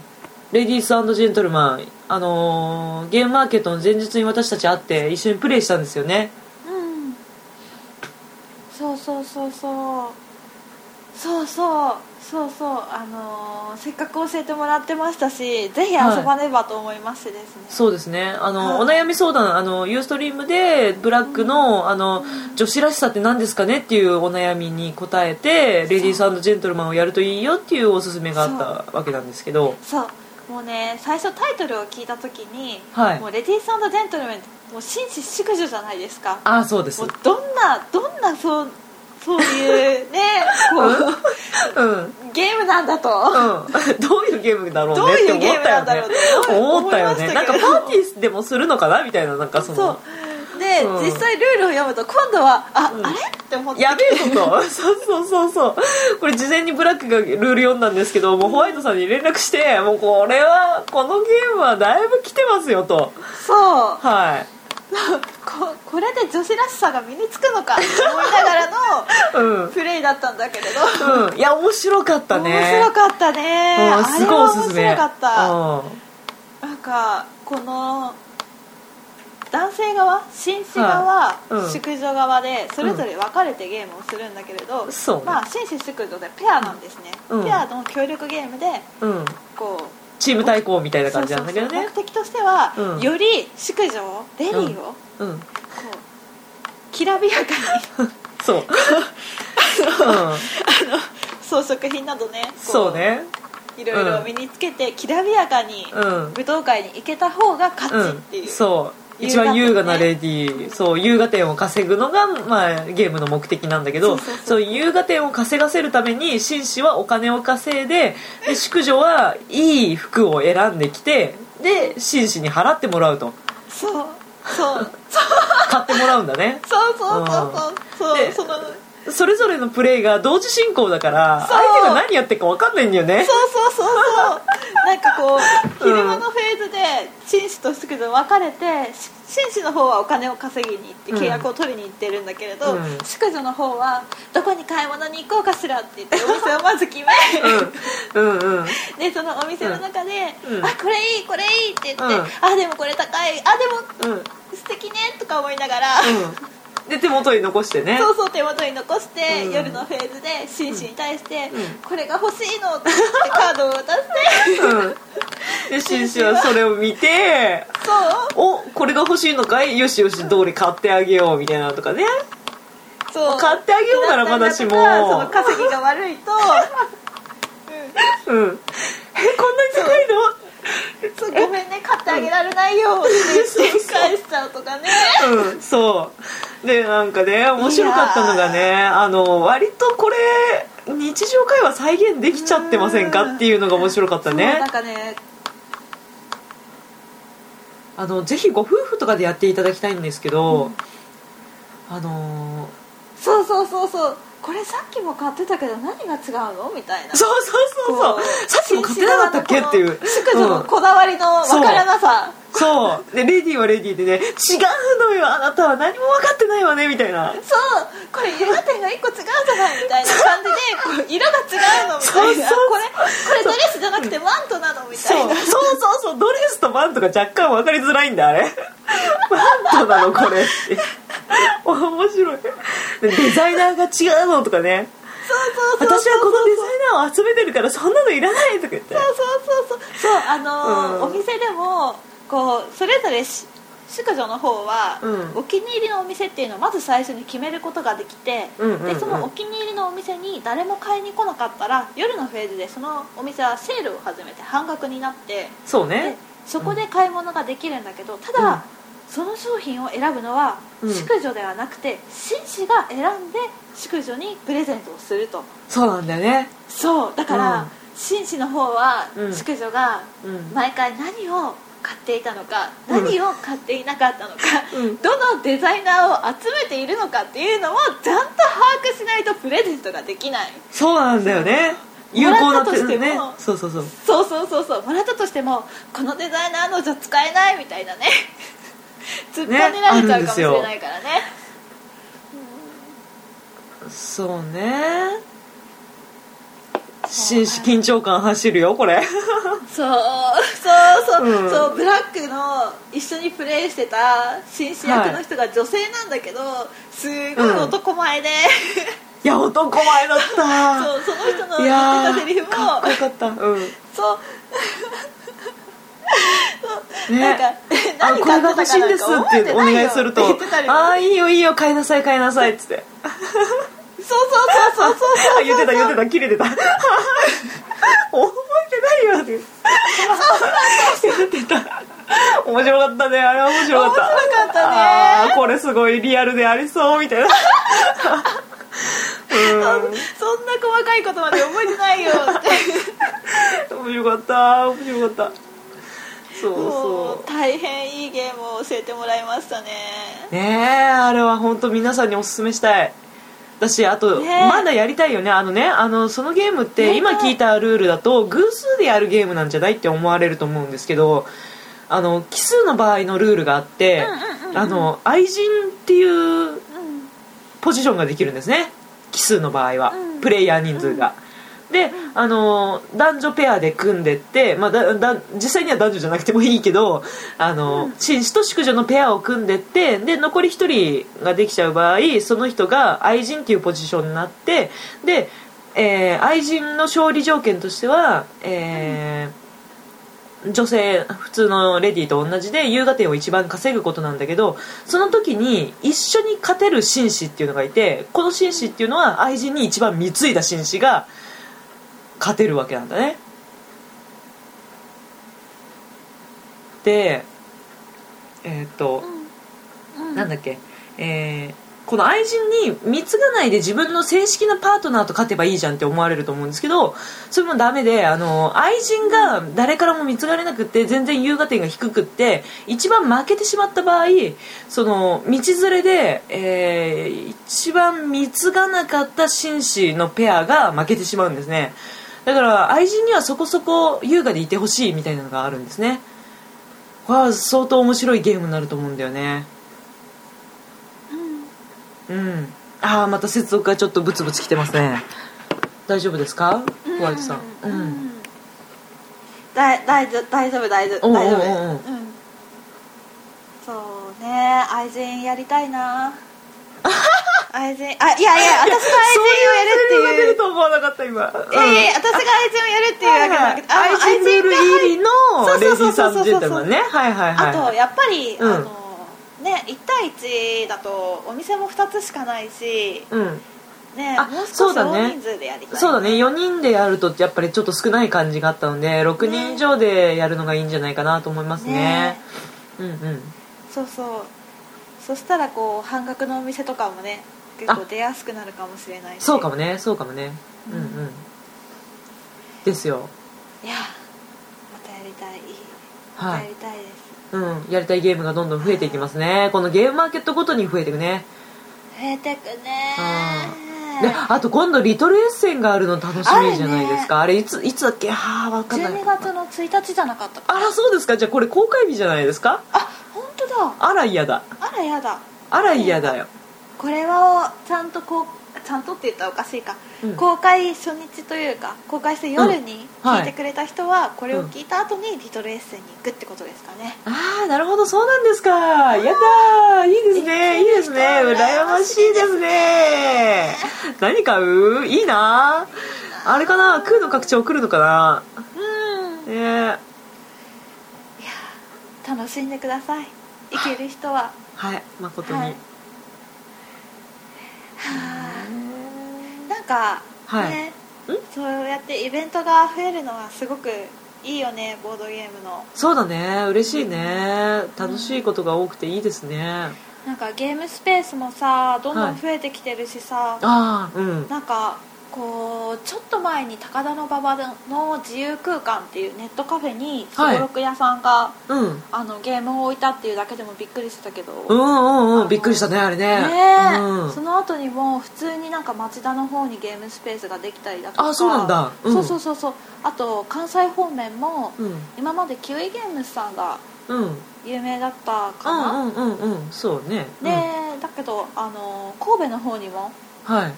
Speaker 1: レディースジェントルマンあのーゲームマーケットの前日に私たち会って一緒にプレイしたんですよね
Speaker 2: うんそうそうそうそうそうそうそうそうあのーせっかく教えてもらってましたしぜひ遊ばねばと思いましてですね、
Speaker 1: そうですねあの、
Speaker 2: はい
Speaker 1: お悩み相談あのユーストリームでブラックの,、あの女子らしさって何ですかねっていうお悩みに答えてレディースジェントルマンをやるといいよっていうおすすめがあったわけなんですけど
Speaker 2: そうもうね最初タイトルを聞いた時に、
Speaker 1: はい
Speaker 2: もうレディースジェントルメンもう紳士淑女じゃないですか
Speaker 1: ああそうです
Speaker 2: も
Speaker 1: う、
Speaker 2: うどんなどんなそうそういうねこうん
Speaker 1: うん、
Speaker 2: ゲームなんだと
Speaker 1: どういうゲームだろ
Speaker 2: ど
Speaker 1: う
Speaker 2: う
Speaker 1: ねっ
Speaker 2: い
Speaker 1: て
Speaker 2: うゲー
Speaker 1: 思っ
Speaker 2: ム
Speaker 1: た
Speaker 2: な
Speaker 1: よ
Speaker 2: んだろ
Speaker 1: ね思っ
Speaker 2: うね
Speaker 1: たよ
Speaker 2: いま
Speaker 1: ね
Speaker 2: した
Speaker 1: なん
Speaker 2: けど
Speaker 1: かパーティーでもするのかなみたいななんかそ
Speaker 2: そ
Speaker 1: の
Speaker 2: うで、
Speaker 1: うん
Speaker 2: 実際ルールを読むと今度はあ、
Speaker 1: うん
Speaker 2: あれって思って
Speaker 1: やべえことそうそうそうそうこれ事前にブラックがルール読んだんですけどもうホワイトさんに連絡してもうこれはこのゲームはだいぶ来てますよと
Speaker 2: そう
Speaker 1: はい
Speaker 2: ここれで女子らしさが身につくのかって思いながらの
Speaker 1: うん
Speaker 2: プレイだったんだけれど
Speaker 1: うんいや面白かったね
Speaker 2: 面白かったね、
Speaker 1: うん
Speaker 2: あ
Speaker 1: す
Speaker 2: れ
Speaker 1: ごいお
Speaker 2: は
Speaker 1: す
Speaker 2: 面
Speaker 1: すめ
Speaker 2: 白かった、
Speaker 1: うん
Speaker 2: なんかこの男性側紳士側、
Speaker 1: うん
Speaker 2: 淑女側でそれぞれ分かれてゲームをするんだけれど、
Speaker 1: そうね
Speaker 2: まあ紳士淑女でペアなんですね、
Speaker 1: うん
Speaker 2: ペアの協力ゲームで
Speaker 1: うん
Speaker 2: こう
Speaker 1: チーム対抗みたいな
Speaker 2: そ
Speaker 1: 感
Speaker 2: う
Speaker 1: じ
Speaker 2: そう
Speaker 1: な
Speaker 2: そ
Speaker 1: ん
Speaker 2: う
Speaker 1: だけどね
Speaker 2: 目的としては、
Speaker 1: うん
Speaker 2: より淑女をレディーを、こ
Speaker 1: うん
Speaker 2: うきらびやかに
Speaker 1: そううん
Speaker 2: 装飾品などねこ
Speaker 1: そうね
Speaker 2: いろいろ身につけてきらびやかに
Speaker 1: うん
Speaker 2: 舞踏会に行けた方が
Speaker 1: う
Speaker 2: 勝ちっていう、
Speaker 1: んそう一番優雅なレディー、そう優雅点を稼ぐのが、まあ、ゲームの目的なんだけど
Speaker 2: そうそうそう
Speaker 1: 優雅点を稼がせるために紳士はお金を稼いでで淑女はいい服を選んできてで紳士に払ってもらうと
Speaker 2: そうそう
Speaker 1: 買ってもらうんだね
Speaker 2: そうそう そうそうそう
Speaker 1: で
Speaker 2: そのそう
Speaker 1: それぞれのプレイが同時進行だから
Speaker 2: そう
Speaker 1: 相手が何やってるか分かんないんだよね
Speaker 2: そうそうそうなんかこう
Speaker 1: うん
Speaker 2: 昼間のフェーズで紳士と淑女分かれてし紳士の方はお金を稼ぎに行って
Speaker 1: うん
Speaker 2: 契約を取りに行ってるんだけれど、
Speaker 1: うん
Speaker 2: 淑女の方はどこに買い物に行こうかしらって言ってお店をまず決め、
Speaker 1: うんうんうん
Speaker 2: でそのお店の中で「
Speaker 1: うんうん
Speaker 2: あこれいいこれいい」って言って「
Speaker 1: うん
Speaker 2: あでもこれ高いあでも
Speaker 1: うんうん
Speaker 2: 素敵ね」とか思いながら、
Speaker 1: で手元に残してね
Speaker 2: そうそう手元に残して、
Speaker 1: うん
Speaker 2: 夜のフェーズで紳士に対して、
Speaker 1: うん
Speaker 2: これが欲しいの」って言ってカードを渡 して
Speaker 1: うんで紳士はそれを見て
Speaker 2: そう
Speaker 1: おこれが欲しいのかいよしよしどれ買ってあげようみたいなのとかね
Speaker 2: そう
Speaker 1: 買ってあげようならまだしも
Speaker 2: その稼ぎが悪いと
Speaker 1: うんえこんなに高いの
Speaker 2: そうごめんね買ってあげられないよって言って返しちゃうとかね
Speaker 1: うんそうでなんかね面白かったのが
Speaker 2: い
Speaker 1: ねあの割とこれ日常会話再現できちゃってません
Speaker 2: うん
Speaker 1: かっていうのが面白かった
Speaker 2: そう
Speaker 1: ね
Speaker 2: なんかね
Speaker 1: あのぜひご夫婦とかでやっていただきたいんですけど、あの
Speaker 2: そうそうそうそうこれさっきも買ってたけど何が違うのみたいな
Speaker 1: そうそうそうそうさっきも買ってなかったっけっていう
Speaker 2: 宿女
Speaker 1: う
Speaker 2: の
Speaker 1: ん
Speaker 2: こだわりのわからなさ、
Speaker 1: そうでレディーはレディーでね違うのよあなたは何も分かってないわねみたいな
Speaker 2: そうこれ色が点が1個違うじゃないみたいな感じでこう色が違うのみたい
Speaker 1: そうそ
Speaker 2: な
Speaker 1: う
Speaker 2: これこれドレスじゃなくてマントなのみた
Speaker 1: そ
Speaker 2: いう
Speaker 1: そう
Speaker 2: な
Speaker 1: そうそうドレスとマントが若干分かりづらいんだあれマントなのこれって面白いでデザイナーが違うのとかね
Speaker 2: そうそうそう
Speaker 1: 私はこのデザイナーを集めてるからそんなのいらないとか言って
Speaker 2: そうそうそうそうそうあ
Speaker 1: う
Speaker 2: のー
Speaker 1: ん
Speaker 2: お店でもこうそれぞれし宿女の方は、
Speaker 1: うん
Speaker 2: お気に入りのお店っていうのをまず最初に決めることができて、
Speaker 1: うんうんうん
Speaker 2: でそのお気に入りのお店に誰も買いに来なかったら夜のフェーズでそのお店はセールを始めて半額になって
Speaker 1: そう
Speaker 2: で
Speaker 1: ね
Speaker 2: そこで買い物ができるんだけどただ、
Speaker 1: うん
Speaker 2: その商品を選ぶのは
Speaker 1: うん
Speaker 2: 淑女ではなくて紳士が選んで淑女にプレゼントをすると
Speaker 1: そうなんだよね
Speaker 2: そうだから、
Speaker 1: うん
Speaker 2: 紳士の方は
Speaker 1: うん
Speaker 2: 淑女が
Speaker 1: うん
Speaker 2: 毎回何を買っていたのか、
Speaker 1: うん
Speaker 2: 何を買っていなかったのか、
Speaker 1: うん
Speaker 2: どのデザイナーを集めているのかっていうのをちゃんと把握しないとプレゼントができない
Speaker 1: そうなんだよね有効な手ね
Speaker 2: もらったとしても
Speaker 1: そうそうそう
Speaker 2: そうそうそうそうもらったとしてもこのデザイナーのじゃ使えないみたいなね突っぱねられちゃうかもしれないからね
Speaker 1: そうね紳士緊張感走るよこれ
Speaker 2: そうそうそう、
Speaker 1: うん
Speaker 2: そうブラックの一緒にプレイしてた紳士役の人が女性なんだけど、すごい男前で、
Speaker 1: いや男前だった
Speaker 2: そうその人の
Speaker 1: い
Speaker 2: 言
Speaker 1: や
Speaker 2: ってたセリフも
Speaker 1: かっこよかったうん
Speaker 2: そうなん
Speaker 1: ね
Speaker 2: か「
Speaker 1: あ
Speaker 2: 何
Speaker 1: こ
Speaker 2: 買
Speaker 1: れ
Speaker 2: って
Speaker 1: が
Speaker 2: たか
Speaker 1: 欲しいん
Speaker 2: な
Speaker 1: で
Speaker 2: ん
Speaker 1: す
Speaker 2: か覚
Speaker 1: っ
Speaker 2: え
Speaker 1: て
Speaker 2: て
Speaker 1: お
Speaker 2: ないよ」
Speaker 1: 願
Speaker 2: っ
Speaker 1: いする
Speaker 2: て言
Speaker 1: と
Speaker 2: ってたり
Speaker 1: 「ああいいよいいよ買いなさい買いなさい」っつって
Speaker 2: そうそうそうそうそうそう
Speaker 1: あ言ってた言ってた切れてた覚えてないよって言ってた面白かったねあれは面白かった
Speaker 2: 面白かったね
Speaker 1: あーこれすごいリアルでありそうみたいな
Speaker 2: そんな細かいことまで覚えてないよって
Speaker 1: うん面白かった面白かった そう
Speaker 2: もう
Speaker 1: そ
Speaker 2: 大変いいゲームを教えてもらいましたね
Speaker 1: うねえあれは本当皆さんにおすすめしたいだしあと、
Speaker 2: ねえ
Speaker 1: まだやりたいよねあのねあのそのゲームって
Speaker 2: ね
Speaker 1: 今聞いたルールだと偶数でやるゲームなんじゃないって思われると思うんですけどあの奇数の場合のルールがあって、
Speaker 2: うんうんうん
Speaker 1: あの愛人っていう
Speaker 2: うん
Speaker 1: ポジションができるんですね奇数の場合は、
Speaker 2: うん
Speaker 1: プレイヤー人数が、であの男女ペアで組んでって、まあ、だだ実際には男女じゃなくてもいいけどあの、紳士と淑女のペアを組んでってで残り1人ができちゃう場合その人が愛人っていうポジションになってで、えー愛人の勝利条件としては、えー女性普通のレディーと同じで優雅点を一番稼ぐことなんだけどその時に一緒に勝てる紳士っていうのがいてこの紳士っていうのは愛人に一番貢いだ紳士が勝てるわけなんだねでえーっと、
Speaker 2: うん
Speaker 1: なんだっけ、えーこの愛人に貢がないで自分の正式なパートナーと勝てばいいじゃんって思われると思うんですけどそれもダメであの愛人が誰からも貢がれなくって全然優雅点が低くって一番負けてしまった場合その道連れで、えー一番貢がなかった紳士のペアが負けてしまうんですねだから愛人にはそこそこ優雅でいてほしいみたいなのがあるんですねこれは相当面白いゲームになると思うんだよね
Speaker 2: うん
Speaker 1: うん。ああ、また接続がちょっとブツブツ来てますね。大丈夫ですか、小林さん。うん。
Speaker 2: だい大丈夫大丈夫大丈
Speaker 1: お
Speaker 2: 夫
Speaker 1: う
Speaker 2: 大丈
Speaker 1: おうおうおう
Speaker 2: 夫うんそうね愛人やりた いな愛人あいやいや私が愛人をやるっていう
Speaker 1: そういうセリフが出ると思わなかった今。
Speaker 2: いやいやいや私が愛人をやるっていうわけじゃなくて、あ
Speaker 1: 愛
Speaker 2: の愛
Speaker 1: 人
Speaker 2: 人
Speaker 1: ルール
Speaker 2: が
Speaker 1: 入りのレデ
Speaker 2: そうそ
Speaker 1: ィー
Speaker 2: うそう
Speaker 1: さ
Speaker 2: そ
Speaker 1: ん
Speaker 2: う
Speaker 1: ジェントルマンね。はいはいはい。
Speaker 2: あとやっぱり、
Speaker 1: うん
Speaker 2: あのね1対1だとお店も2つしかないし
Speaker 1: うん、
Speaker 2: ね
Speaker 1: あ
Speaker 2: もう
Speaker 1: そ
Speaker 2: 少
Speaker 1: う
Speaker 2: し
Speaker 1: だね
Speaker 2: 大人数でやりたい
Speaker 1: そうだね4人でやるとやっぱりちょっと少ない感じがあったので6人以上でやるのがいいんじゃないかなと思いますね
Speaker 2: ね
Speaker 1: うんうん
Speaker 2: そうそうそしたらこう半額のお店とかもね結構出やすくなるかもしれないし
Speaker 1: そうかもねそうかもねうんうん、ですよ
Speaker 2: いやまたやりたいま
Speaker 1: は
Speaker 2: た
Speaker 1: い
Speaker 2: やりたいです、
Speaker 1: うん、やりたいゲームがどんどん増えていきますねこのゲームマーケットごとに増えていくね、
Speaker 2: 増えてくね
Speaker 1: であと今度リトルエッセンがあるの楽しみじゃないですかあれ,、いついつだっけああ分かんない
Speaker 2: 12月の1日じゃなかった
Speaker 1: あらそうですかじゃあこれ公開日じゃないですか
Speaker 2: あ本当だ
Speaker 1: あら嫌だ
Speaker 2: あらやだ
Speaker 1: あら嫌だよ、
Speaker 2: これはちゃんとこうちゃんとって言ったらおかしいか、
Speaker 1: うん
Speaker 2: 公開初日というか公開して夜に
Speaker 1: うんはい
Speaker 2: 聞いてくれた人はこれを聞いた後にリトルエッセンに行くってことですかね、
Speaker 1: ああなるほどそうなんですかやだーいいですねいいですね羨ましいですね何買ういいなあれかな空の拡張来るのかなね
Speaker 2: うん
Speaker 1: え
Speaker 2: いやー楽しんでください行ける人は
Speaker 1: はい誠に、
Speaker 2: はいはーなんか、
Speaker 1: はい
Speaker 2: ね
Speaker 1: ん
Speaker 2: そうやってイベントが増えるのはすごくいいよねボードゲームの
Speaker 1: そうだね嬉しいね楽しいことが多くていいですねあ
Speaker 2: なんかゲームスペースもさどんど
Speaker 1: はい
Speaker 2: ん増えてきてるしさ、
Speaker 1: あうん
Speaker 2: なんかこうちょっと前に高田馬場の自由空間っていうネットカフェにす
Speaker 1: はい
Speaker 2: ごろく屋さんが
Speaker 1: うんうん
Speaker 2: あのゲームを置いたっていうだけでもびっくりしてたけど、
Speaker 1: うんうんびっくりしたねあれね
Speaker 2: ねえ
Speaker 1: うん
Speaker 2: その後にも普通になんか町田の方にゲームスペースができたりだとか
Speaker 1: あそうなんだうん
Speaker 2: そうそうそうそうあと関西方面も
Speaker 1: うん
Speaker 2: 今までキウイゲームズさんが
Speaker 1: うんうん
Speaker 2: 有名だったかな、
Speaker 1: うんうんうんそうね
Speaker 2: で、だけどあの神戸の方にも
Speaker 1: うんはい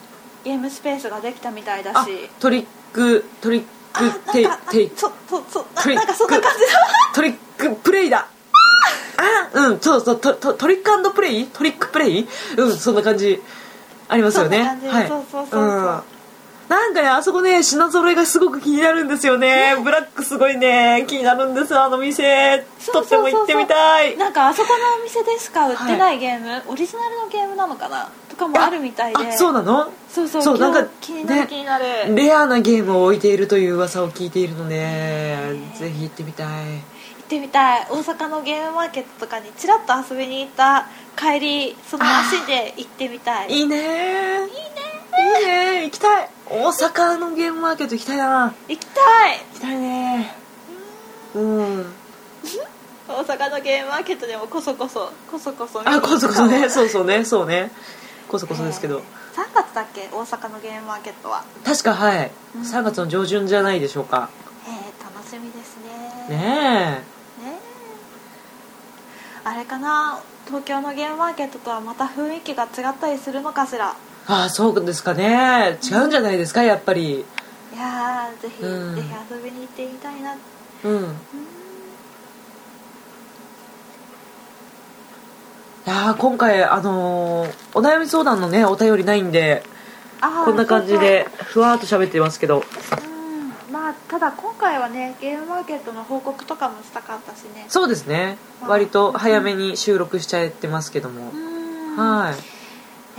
Speaker 2: ゲームスペースができたみたいだ
Speaker 1: あ
Speaker 2: し
Speaker 1: トリックトリックテイ
Speaker 2: なんか
Speaker 1: テイ
Speaker 2: そうそうそうな
Speaker 1: トリック
Speaker 2: なんかそんな感じ だ
Speaker 1: トリックプレイだあうんそうそうトトトリックプレイトリックプレイうんそんな感じありますよね
Speaker 2: そんな感じ
Speaker 1: はい
Speaker 2: そうそうそうそう
Speaker 1: なんかねあそこね品揃えがすごく気になるんですよねブラックすごいね気になるんですあの店
Speaker 2: そ
Speaker 1: と
Speaker 2: う
Speaker 1: っ
Speaker 2: そ
Speaker 1: て
Speaker 2: うそうそう
Speaker 1: も行ってみたい
Speaker 2: なんかあそこのお店でしか売ってないゲーム、オリジナルのゲームなのかなとかもあるみたいで
Speaker 1: あそうなの
Speaker 2: そうそう
Speaker 1: そうなんか
Speaker 2: 今日気になる、
Speaker 1: ね
Speaker 2: 気になる行
Speaker 1: レアなゲームを置いているという噂を聞いているのでぜひ行ってみたい
Speaker 2: ってみたい大阪のゲームマーケットとかにちらっと遊びに行った帰りその足で行ってみたい
Speaker 1: いいねいいねいいね行きたい大阪のゲームマーケット行きたいな
Speaker 2: 行きたい
Speaker 1: 行きたいねうん
Speaker 2: 大阪のゲームマーケットでもこそこそこそこそ見に行
Speaker 1: あ
Speaker 2: った
Speaker 1: こそこそねそうそうねそうねこそこそですけど、
Speaker 2: 3月だっけ大阪のゲームマーケットは
Speaker 1: 確かはい
Speaker 2: うん
Speaker 1: 3月の上旬じゃないでしょうか
Speaker 2: えー、楽しみですねね
Speaker 1: ね
Speaker 2: あれかな東京のゲームマーケットとはまた雰囲気が違ったりするのかしら
Speaker 1: えああそうですかね違うんじゃないですかやっぱり
Speaker 2: いやーぜひ、
Speaker 1: うん
Speaker 2: ぜひ遊びに行ってみたいな
Speaker 1: うんいやー今回あのーお悩み相談のねお便りないんで
Speaker 2: あー
Speaker 1: こんな感じでふわーっと喋ってますけど
Speaker 2: そうそううんまあただ今回はねゲームマーケットの報告とかもしたかったしね
Speaker 1: そうですね割と早めに収録しちゃってますけども
Speaker 2: うん
Speaker 1: は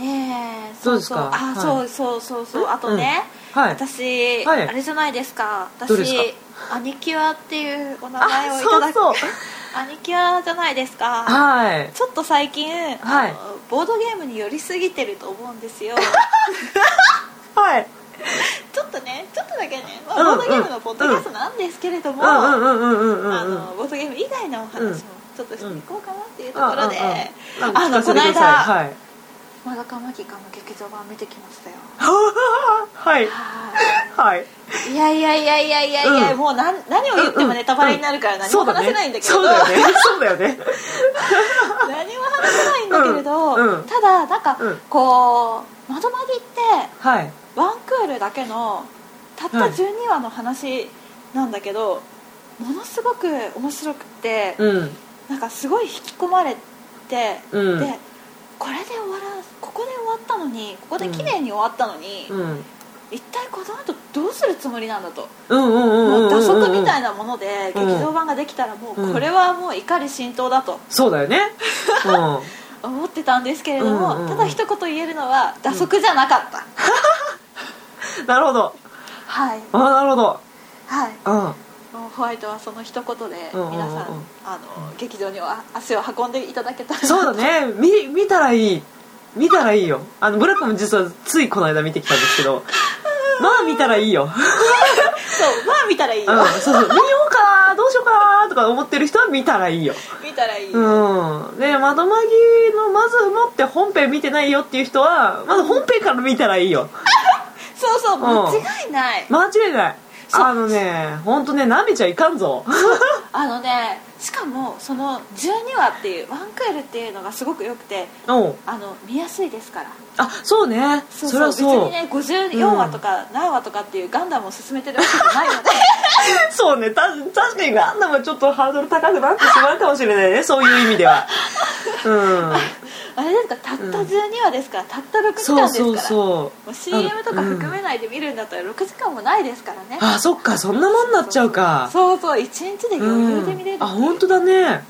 Speaker 1: い
Speaker 2: いねえ
Speaker 1: どうですか
Speaker 2: あー、
Speaker 1: は
Speaker 2: そうそうそうそうあと
Speaker 1: うん
Speaker 2: ね、
Speaker 1: はい
Speaker 2: 私、
Speaker 1: はい
Speaker 2: あれじゃないですか
Speaker 1: どうです
Speaker 2: 私
Speaker 1: か
Speaker 2: アニキュアっていうお名前を
Speaker 1: あ
Speaker 2: い
Speaker 1: そ
Speaker 2: た
Speaker 1: う
Speaker 2: だく
Speaker 1: そう
Speaker 2: アニキュアじゃないですか
Speaker 1: はい
Speaker 2: ちょっと最近、
Speaker 1: はい
Speaker 2: あのボードゲームに寄りすぎてると思うんですよ
Speaker 1: はい
Speaker 2: ちょっとねちょっとだけね、ま
Speaker 1: うん
Speaker 2: あ、ボードゲームのポッドキャストなんですけれど
Speaker 1: う
Speaker 2: も、
Speaker 1: んうんうんうんうん
Speaker 2: あ
Speaker 1: うん
Speaker 2: のボードゲーム以外のお話もちょっとしていこうかなっていうところで、
Speaker 1: うんうんうんなんか聞かせてくださいは
Speaker 2: あのこの
Speaker 1: い
Speaker 2: まどかまきかの劇場版見てきましたよ
Speaker 1: はい
Speaker 2: は
Speaker 1: はい
Speaker 2: いいやいやいやいやいやいや、
Speaker 1: うん
Speaker 2: もう何何を言ってもネタバレになるから何も話せないんだけど、
Speaker 1: そうだねそうだよ ね
Speaker 2: 何も話せないんだけれど、
Speaker 1: うんうん
Speaker 2: ただなんか
Speaker 1: うん
Speaker 2: こう「まどまぎ」って
Speaker 1: はい
Speaker 2: ワンクールだけのたった
Speaker 1: はい
Speaker 2: 12話の話なんだけど、ものすごく面白くて、
Speaker 1: うん
Speaker 2: なんかすごい引き込まれて、
Speaker 1: うん
Speaker 2: でこれで終わらここで終わったのにここで綺麗に終わったのに、
Speaker 1: うん
Speaker 2: 一体この後どうするつもりなんだと、
Speaker 1: うんうんうんうんうん
Speaker 2: もう打
Speaker 1: うん
Speaker 2: 足
Speaker 1: うん
Speaker 2: みたいなもので劇場版ができたらも
Speaker 1: う
Speaker 2: うんこれはもう怒り浸透だと
Speaker 1: そうだよね うん
Speaker 2: 思ってたんですけれども、
Speaker 1: うんうんうん
Speaker 2: ただ一言言えるのは打足じゃなかった、
Speaker 1: なるほど
Speaker 2: はい
Speaker 1: あなるほど
Speaker 2: はい
Speaker 1: うん
Speaker 2: もうホワイトはその一言で
Speaker 1: うんうんうん
Speaker 2: 皆さん,、あの劇場には足を運んでいただけたら
Speaker 1: そうだね見見たらいい見たらいいよあのブラックも実はついこの間見てきたんですけどまあ見たらいいよ、
Speaker 2: そうまあ見たらいいよ、
Speaker 1: うん、そうそう見ようかなどうしようかなとか思ってる人は見たらいいよ
Speaker 2: 見たらいいよ、
Speaker 1: うんで窓マギのまず持って本編見てないよっていう人はまず本編から見たらいいよ
Speaker 2: そうそ
Speaker 1: う
Speaker 2: う
Speaker 1: ん
Speaker 2: 間違いない、
Speaker 1: 間違いない
Speaker 2: そう
Speaker 1: あのね本当ねなめちゃいかん ぞ
Speaker 2: あのねしかもその12話っていうワンクールっていうのがすごく良くて
Speaker 1: うん
Speaker 2: あの見やすいですから
Speaker 1: あそうね
Speaker 2: そう
Speaker 1: それ
Speaker 2: そう
Speaker 1: はそう
Speaker 2: 別にね54話とか何話とかっていうガンダムを進めてるわけじゃないの で
Speaker 1: そうねた確かにガンダムはちょっとハードル高くなってしまうかもしれないねそういう意味で はうん
Speaker 2: あれですかたった12話ですから、たった6時間
Speaker 1: そ
Speaker 2: で
Speaker 1: う
Speaker 2: すから
Speaker 1: そうそう
Speaker 2: もう CM とか含めないで見るんだったら6時間もないですからね
Speaker 1: あそっかそんなもんなっちゃうか
Speaker 2: そうそう一日で余裕で見れるっていう、
Speaker 1: うんあ本当だね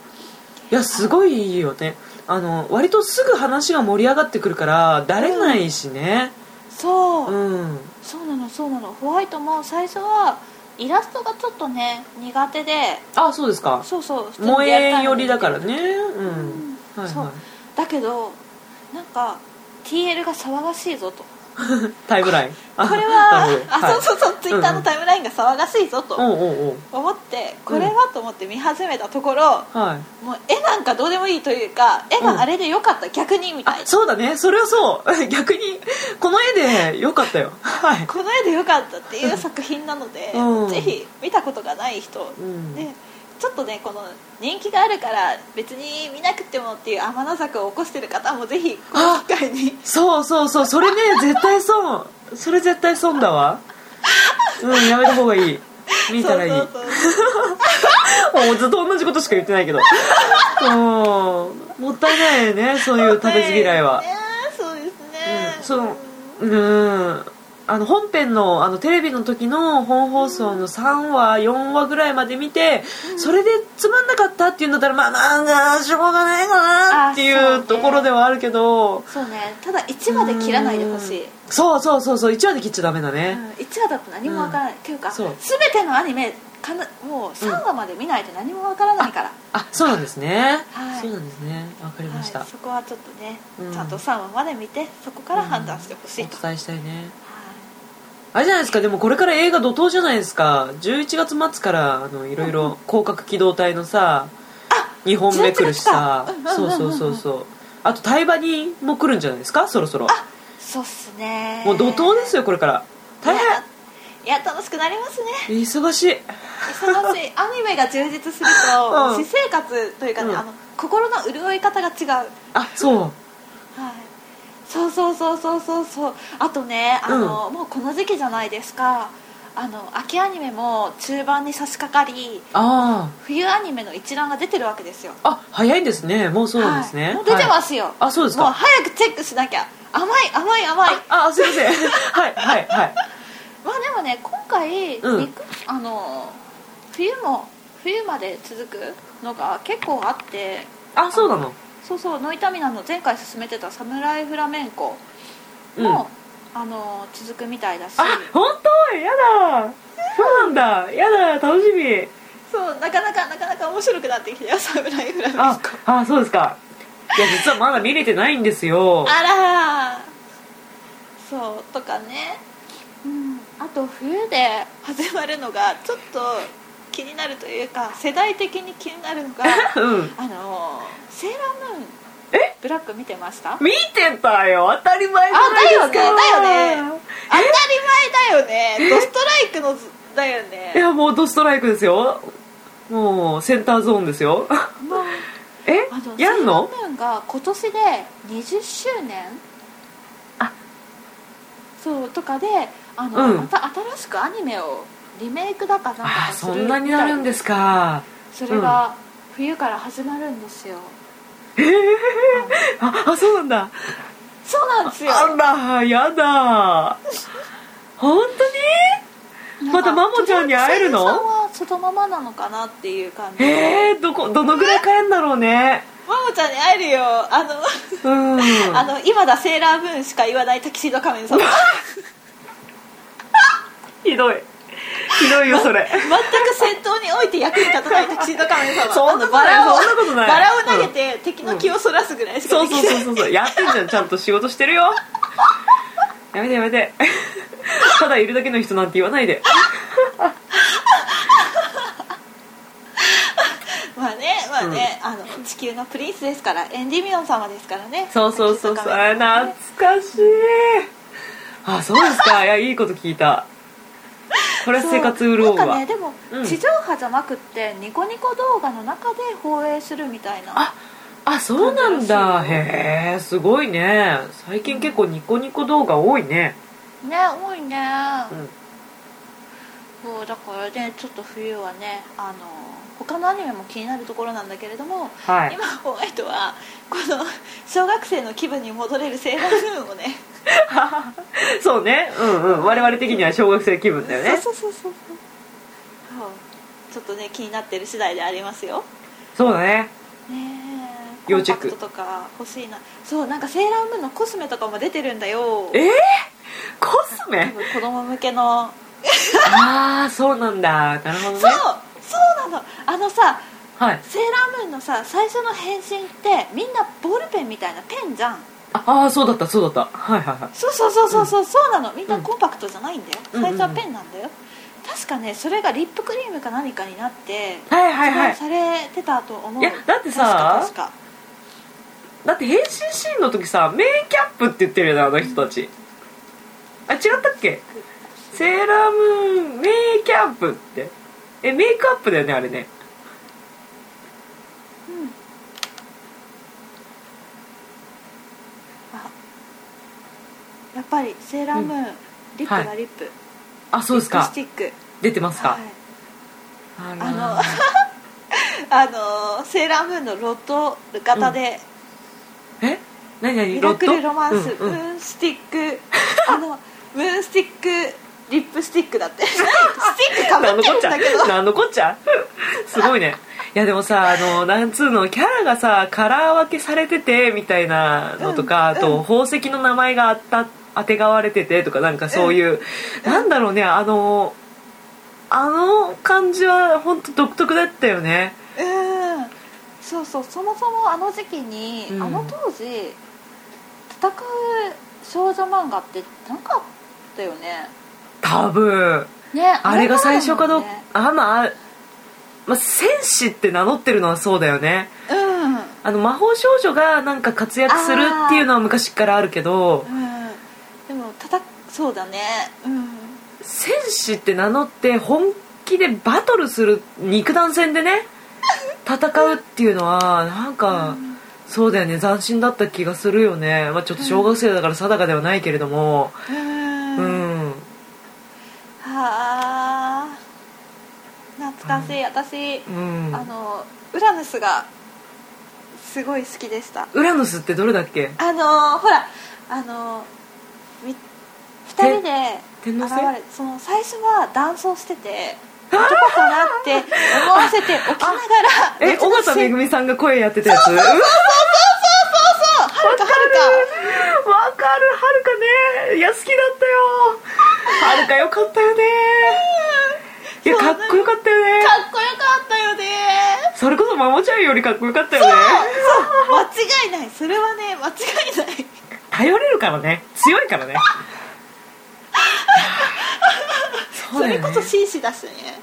Speaker 1: いやすごいいいよねあの割とすぐ話が盛り上がってくるからだれないしね
Speaker 2: そう、
Speaker 1: うん
Speaker 2: そうなのそうなのホワイトも最初はイラストがちょっとね苦手で
Speaker 1: あそうですか
Speaker 2: そうそう普通に
Speaker 1: 萌
Speaker 2: リアルタイム
Speaker 1: え
Speaker 2: で
Speaker 1: 寄りだからねう
Speaker 2: うんん
Speaker 1: はい
Speaker 2: そう
Speaker 1: はい
Speaker 2: だけどなんか TL が騒がしいぞと
Speaker 1: タイムラインあ
Speaker 2: これ
Speaker 1: な
Speaker 2: は
Speaker 1: るほど
Speaker 2: あ、
Speaker 1: はい
Speaker 2: そうそうそうツイッターのタイムラインが騒がしいぞと
Speaker 1: おうおうおう
Speaker 2: 思ってこれはと思って見始めたところ、
Speaker 1: はい
Speaker 2: もう絵なんかどうでもいいというか絵があれでよかった、逆にみたい
Speaker 1: あ
Speaker 2: な
Speaker 1: そうだねそれはそう 逆にこの絵でよかったよはい、
Speaker 2: この絵でよかったっていう作品なので、
Speaker 1: うん
Speaker 2: ぜひ見たことがない人、
Speaker 1: うん
Speaker 2: ねちょっとねこの人気があるから別に見なくてもっていう天の作を起こしてる方もぜひこの機会に
Speaker 1: そうそうそうそれね絶対損それ絶対損だわうんやめた方がいい見たらいい
Speaker 2: そうそうそう
Speaker 1: もうずっと同じことしか言ってないけどうんもったいないねそういう食べず嫌いは、
Speaker 2: ねねそうですね、
Speaker 1: そのうんあの本編のあのテレビの時の本放送の3話4話ぐらいまで見てそれでつまんなかったっていうんだったらまあまあしょうがないかなってい
Speaker 2: あそう
Speaker 1: う
Speaker 2: ね
Speaker 1: ところではあるけど
Speaker 2: そうねただ1話で切らないでほしい、
Speaker 1: そうそうそうそう1話で切っちゃダメだ
Speaker 2: うん、
Speaker 1: ね、
Speaker 2: 1話だと何もわからない、っていうか
Speaker 1: そう
Speaker 2: 全てのアニメかなもう3話まで見ないと何もわからないから、
Speaker 1: あそうなんですね、
Speaker 2: はい
Speaker 1: そうなんですねわかりました、
Speaker 2: はい、そこはちょっとね、
Speaker 1: うん
Speaker 2: ちゃんと3話まで見てそこから判断してほしいと、
Speaker 1: お
Speaker 2: は
Speaker 1: 伝
Speaker 2: い
Speaker 1: えしたいねあれじゃないですかでもこれから映画怒涛じゃないですか11月末からあのいろいろ広角機動隊のさ2本目来るしさ
Speaker 2: 11月かうん
Speaker 1: そううん
Speaker 2: うんうん
Speaker 1: そうそうそうあと対馬にも来るんじゃないですかそろそろ
Speaker 2: そうっすね
Speaker 1: もう怒涛ですよこれから大変
Speaker 2: いや楽しくなりますね
Speaker 1: 忙しい
Speaker 2: 忙しいアニメが充実すると、
Speaker 1: うん
Speaker 2: 私生活というかね、
Speaker 1: うん
Speaker 2: あの心の潤い方が違う、はい、
Speaker 1: あそう
Speaker 2: そうそうそうそうそうそうあとねあの、もうこの時期じゃないですかあの秋アニメも中盤に差し掛かり
Speaker 1: あ
Speaker 2: 冬アニメの一覧が出てるわけですよ
Speaker 1: ああ早いんですねもうそうなんです
Speaker 2: は
Speaker 1: ね
Speaker 2: いもう出てますすよ、
Speaker 1: あそうです
Speaker 2: もう
Speaker 1: か
Speaker 2: 早くチェックしなきゃ甘い甘い甘い
Speaker 1: あすいません はいはいはい
Speaker 2: まあでもね今回、
Speaker 1: うん
Speaker 2: 肉あの冬も冬まで続くのが結構あって
Speaker 1: あそうなの
Speaker 2: そうそうノイタミナの前回勧めてた「サムライフラメンコ
Speaker 1: うん
Speaker 2: も」あの続くみたいだし
Speaker 1: あ本当やだそうなんだやだ楽しみ
Speaker 2: そうなかなかなかなか面白くなってきてよ「サムライフラメンコ」
Speaker 1: ああそうですかいや実はまだ見れてないんですよ
Speaker 2: あらーそうとかねうんあと冬で始まるのがちょっと気になるというか世代的に気になるのが
Speaker 1: うん
Speaker 2: あのーセーラームーン
Speaker 1: え
Speaker 2: ブラック見てました
Speaker 1: 見てたよ当たり前じゃないですか
Speaker 2: あだよねだよね当たり前だよねドストライクのずだよ
Speaker 1: い
Speaker 2: ね
Speaker 1: やもうドストライクですよもうセンターゾーンですよ
Speaker 2: もう
Speaker 1: え
Speaker 2: あの
Speaker 1: やんの
Speaker 2: セーラームーンが今年で20周年
Speaker 1: あ
Speaker 2: そうとかであの、
Speaker 1: うん
Speaker 2: また新しくアニメをリメイクだかなんだ
Speaker 1: あ
Speaker 2: か
Speaker 1: ー
Speaker 2: す
Speaker 1: そ
Speaker 2: る
Speaker 1: んなになるんですか
Speaker 2: それが冬から始まるんですよ、あの
Speaker 1: ああそうなんだ
Speaker 2: そうなんですよ
Speaker 1: あらやだ本当
Speaker 2: なんか
Speaker 1: またマモちゃんに会えるの
Speaker 2: 声優さんはそのままなのかなっていう感じ
Speaker 1: にえー、どこどのぐらい買えんだろうね
Speaker 2: マモちゃんに会えるよあの
Speaker 1: うん
Speaker 2: あの今だセーラームーンしか言わないタキシード仮面さん全
Speaker 1: ひどいひどいよそれ
Speaker 2: く戦闘において役に立たないタキシード仮面さん
Speaker 1: そんな
Speaker 2: あのバラを
Speaker 1: そんなことない
Speaker 2: バラを投げて、敵の気をそらすぐらいしか
Speaker 1: そう
Speaker 2: できな
Speaker 1: そ
Speaker 2: いう
Speaker 1: そうそうそうやってんじゃんちゃんと仕事してるよやめてやめてただいるだけの人なんて言わないで
Speaker 2: まあねまあね、あの地球のプリンスですからエンディミオン様ですからね
Speaker 1: そうそうそう そうあ懐
Speaker 2: ね
Speaker 1: かしいあそうですかいやいいこと聞いたこれは生活潤う
Speaker 2: そうなんかね
Speaker 1: わ
Speaker 2: でも、
Speaker 1: うん
Speaker 2: 地上波じゃなくってニコニコ動画の中で放映するみたいな
Speaker 1: ああそうなんだ
Speaker 2: そう
Speaker 1: へえすごいね最近結構ニコニコ動画多いね
Speaker 2: ね多いね、
Speaker 1: うん
Speaker 2: そうだからねちょっと冬はねあの他のアニメも気になるところなんだけれども、
Speaker 1: はい
Speaker 2: 今ホワイトはこの小学生の気分に戻れるセーラームーンをね
Speaker 1: そうねうんうん我々的には小学生気分だよね
Speaker 2: そうそうそうそうそうちょっとね気になってる次第でありますよ
Speaker 1: そうだね
Speaker 2: ねえ
Speaker 1: 要チェック
Speaker 2: コンパクトとか欲しいなそうなんかセーラームーンのコスメとかも出てるんだよ
Speaker 1: えー、コス
Speaker 2: 多
Speaker 1: メ
Speaker 2: 分子供向けの
Speaker 1: ああそうなんだなるほどね
Speaker 2: そうそうなのあのさ
Speaker 1: はい
Speaker 2: セーラームーンのさ最初の変身ってみんなボールペンみたいなペンじゃん
Speaker 1: ああーそうだったそうだったはいはいはい
Speaker 2: そうそうそうそうそう、そうなのみんなコンパクトじゃないんだよ、
Speaker 1: うん
Speaker 2: 最初はペンなんだよ、確かねそれがリップクリームか何かになって
Speaker 1: はいはいはい
Speaker 2: 発売されてたと思う
Speaker 1: いやだってさ
Speaker 2: 確か
Speaker 1: だって変身シーンの時さメイキャップって言ってるよねあの人たちあ違ったっけセーラームーンメイキャップってえメイクアップだよねあれね
Speaker 2: 確かうんあやっぱりセーラームーン、リップ
Speaker 1: は
Speaker 2: がリップ、
Speaker 1: あそうです
Speaker 2: リップ
Speaker 1: か
Speaker 2: スティック
Speaker 1: 出てますか、
Speaker 2: はい
Speaker 1: あ
Speaker 2: あ
Speaker 1: ら
Speaker 2: のあのセーラームーンのロット型で、
Speaker 1: え
Speaker 3: 何何
Speaker 2: ミラクルロマンス、
Speaker 3: うんう
Speaker 2: ム
Speaker 3: ん
Speaker 2: ーンスティッ クあのムーンスティックリップスティックだって スティックかぶ
Speaker 1: なん
Speaker 2: っ
Speaker 1: の
Speaker 2: て
Speaker 1: こっ
Speaker 2: るん
Speaker 1: ちゃ
Speaker 2: だけど
Speaker 1: なんのこっちゃすごいねいやでもさあのなんつうのキャラがさカラー分けされててみたいなのとか、
Speaker 2: うん
Speaker 1: あと宝石の名前があったあてがわれててとかなんかそういう、なんだろうねあのあの感じは本当独特だったよね
Speaker 2: うんそうそうそもそもあの時期に、
Speaker 1: うん
Speaker 2: あの当時戦う少女漫画ってなかったよね
Speaker 1: 多分
Speaker 2: ね
Speaker 1: あれが最初かどう
Speaker 2: う
Speaker 1: か、あまあまあ戦士って名乗ってるのはそうだよね
Speaker 2: うん、うん、
Speaker 1: あの魔法少女がなんか活躍するっていうのは昔からあるけど
Speaker 2: でも戦そうだねうん
Speaker 1: 戦士って名乗って本気でバトルする肉弾戦でね戦うっていうのはなんか、そうだよね斬新だった気がするよね、まあ、ちょっと小学生だから定かではないけれども
Speaker 2: うん、
Speaker 1: う
Speaker 2: は
Speaker 1: ん、
Speaker 2: あ懐かしい、私、
Speaker 1: うん
Speaker 2: あのウラヌスがすごい好きでした
Speaker 1: ウラヌスってどれだっけ
Speaker 2: あのーほらあのーみ二人で
Speaker 1: 天
Speaker 2: 現
Speaker 1: 王星
Speaker 2: れその最初は男装してて男かなって思 わせておきながら
Speaker 1: え
Speaker 2: 後
Speaker 1: 尾
Speaker 2: 々
Speaker 1: 形めぐみさんが声やってたやつうわわ
Speaker 2: そうはるかはる
Speaker 1: かるはるかねいや好きだったよはるかよかったよねいや
Speaker 2: そう
Speaker 1: かっこよかったよね
Speaker 2: かかっこよかったよね
Speaker 1: それこそマモちゃんよりかっこよかったよね
Speaker 2: そう間違いないそれはね間違いない
Speaker 1: 頼れるからね強いからねそ
Speaker 2: それこそ
Speaker 1: 紳
Speaker 2: 紳士だしね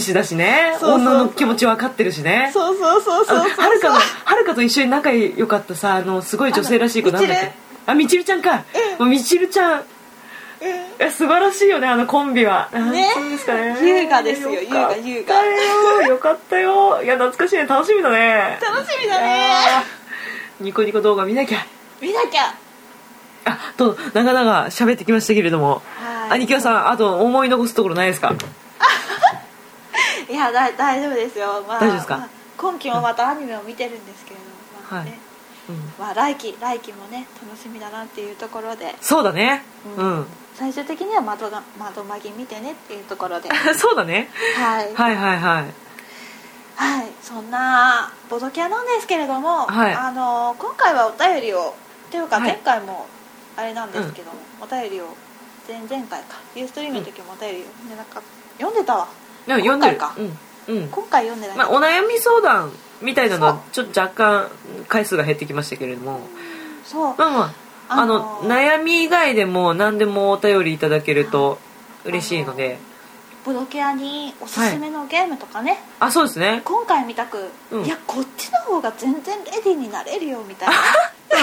Speaker 1: 士だしね
Speaker 2: そうそう
Speaker 1: 女の気持ち分かってるしね
Speaker 2: そうそうそう
Speaker 1: あの
Speaker 2: そうそう
Speaker 1: はるかのはるかと一緒に仲良かったさあのすごい女性らしい子
Speaker 2: あ
Speaker 1: な
Speaker 2: の
Speaker 1: んだっけあみちるちゃんか、もうみちるちゃん
Speaker 2: うん
Speaker 1: え素晴らしいよねあのコンビはなん
Speaker 2: ね
Speaker 1: そうですかね
Speaker 2: 優雅ですよ
Speaker 1: かった
Speaker 2: 優雅
Speaker 1: よよかったよいや懐かしいね楽しみだね
Speaker 2: 楽しみ
Speaker 1: い
Speaker 2: だ
Speaker 1: や
Speaker 2: ね
Speaker 1: ーニコニコ動画見なきゃ
Speaker 2: 見なきゃ
Speaker 1: あと長々喋ってきましたけれども
Speaker 2: はい
Speaker 1: 兄貴はさんあと思い残すところないですか
Speaker 2: いやだ大丈夫ですよ、まあ、
Speaker 1: 大丈夫ですか
Speaker 2: まあ今期もまたアニメを見てるんですけれども、まあね
Speaker 1: はいうん
Speaker 2: まあ、来期来期もね楽しみだなっていうところで
Speaker 1: そうだねう、
Speaker 2: うん最終的には窓が窓まぎ見てねっていうと ころで
Speaker 1: そうだね
Speaker 2: はい、はい
Speaker 1: はいはいはい
Speaker 2: そんなボドキャなんですけれども、
Speaker 1: はい
Speaker 2: あの今回はお便りをというか
Speaker 1: はい
Speaker 2: 前回もあれなんですけども、お便りを前々回かユーストリームの時もお便り読んでなかった読んでたわ
Speaker 1: でも読んでる
Speaker 2: 今回
Speaker 1: うん、うん
Speaker 2: 今回読んでない、
Speaker 1: まあ、お悩み相談みたいなのはちょっと若干回数が減ってきましたけれども
Speaker 2: そう
Speaker 1: まあまああの
Speaker 2: あの
Speaker 1: 悩み以外でも何でもお便りいただけると嬉しいので
Speaker 2: ボドキャにおすすめのゲームとかね、
Speaker 1: あそうですね
Speaker 2: 今回見たく、
Speaker 1: うん
Speaker 2: いやこっちの方が全然レディーになれるよみたいな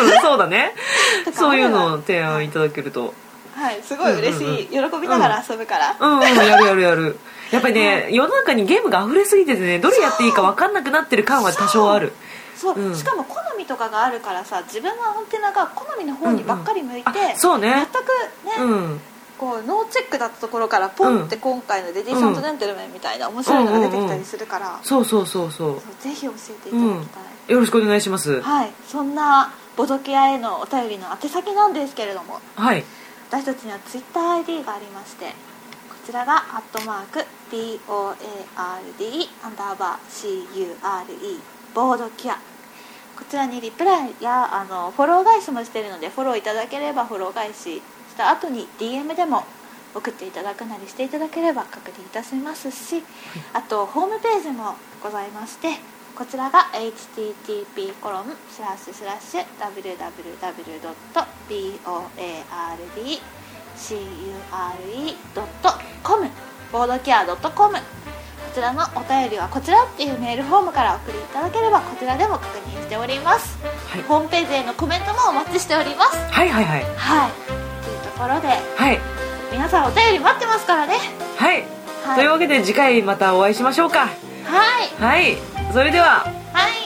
Speaker 1: うんそうだね
Speaker 2: とか
Speaker 1: そういうの
Speaker 2: あ
Speaker 1: を
Speaker 2: れば
Speaker 1: 提案いただけると
Speaker 2: はいすごい嬉しい、喜びながら遊ぶから、
Speaker 1: うんうんやるやるやるやっぱりね世の中にゲームが溢れすぎててねどれやっていいか分かんなくなってる感は多少ある
Speaker 2: そう、
Speaker 1: うん
Speaker 2: しかも好みとかがあるからさ自分のアンテナが好みの方にばっかり向いて、
Speaker 1: あそう
Speaker 2: 全
Speaker 1: ね
Speaker 2: くね、
Speaker 1: うん
Speaker 2: こうノーチェックだったところからポンって今回の「レディー・ション・ト・ジェントルメン」みたいな面白いのが出てきたりするから、
Speaker 1: そうそうそうそ
Speaker 2: そうぜひ教えていただきたい、
Speaker 1: うよろしくお願いします
Speaker 2: はいそんなボドキアへのお便りの宛先なんですけれども
Speaker 1: はい
Speaker 2: 私たちには TwitterID がありましてこちらが「アットマーク #BOARD アンダーバー CURE ボードキア」こちらにリプライやあのフォロー返しもしてるのでフォローいただければフォロー返しした後に DM でも送っていただくなりしていただければ確認いたしますしあとホームページもございましてこちらが http コロンスラッシュスラッシュ www.boardcure.com ボードケア .com こちらのお便りはこちらっていうメールフォームからお送りいただければこちらでも確認しております、
Speaker 1: はい
Speaker 2: ホームページへのコメントもお待ちしております
Speaker 1: はいはいはい
Speaker 2: はいというところで
Speaker 1: はい
Speaker 2: 皆さんお便り待ってますからね
Speaker 1: はい
Speaker 2: はい
Speaker 1: というわけで次回またお会いしましょうか
Speaker 2: はい
Speaker 1: はいそれでは
Speaker 2: はい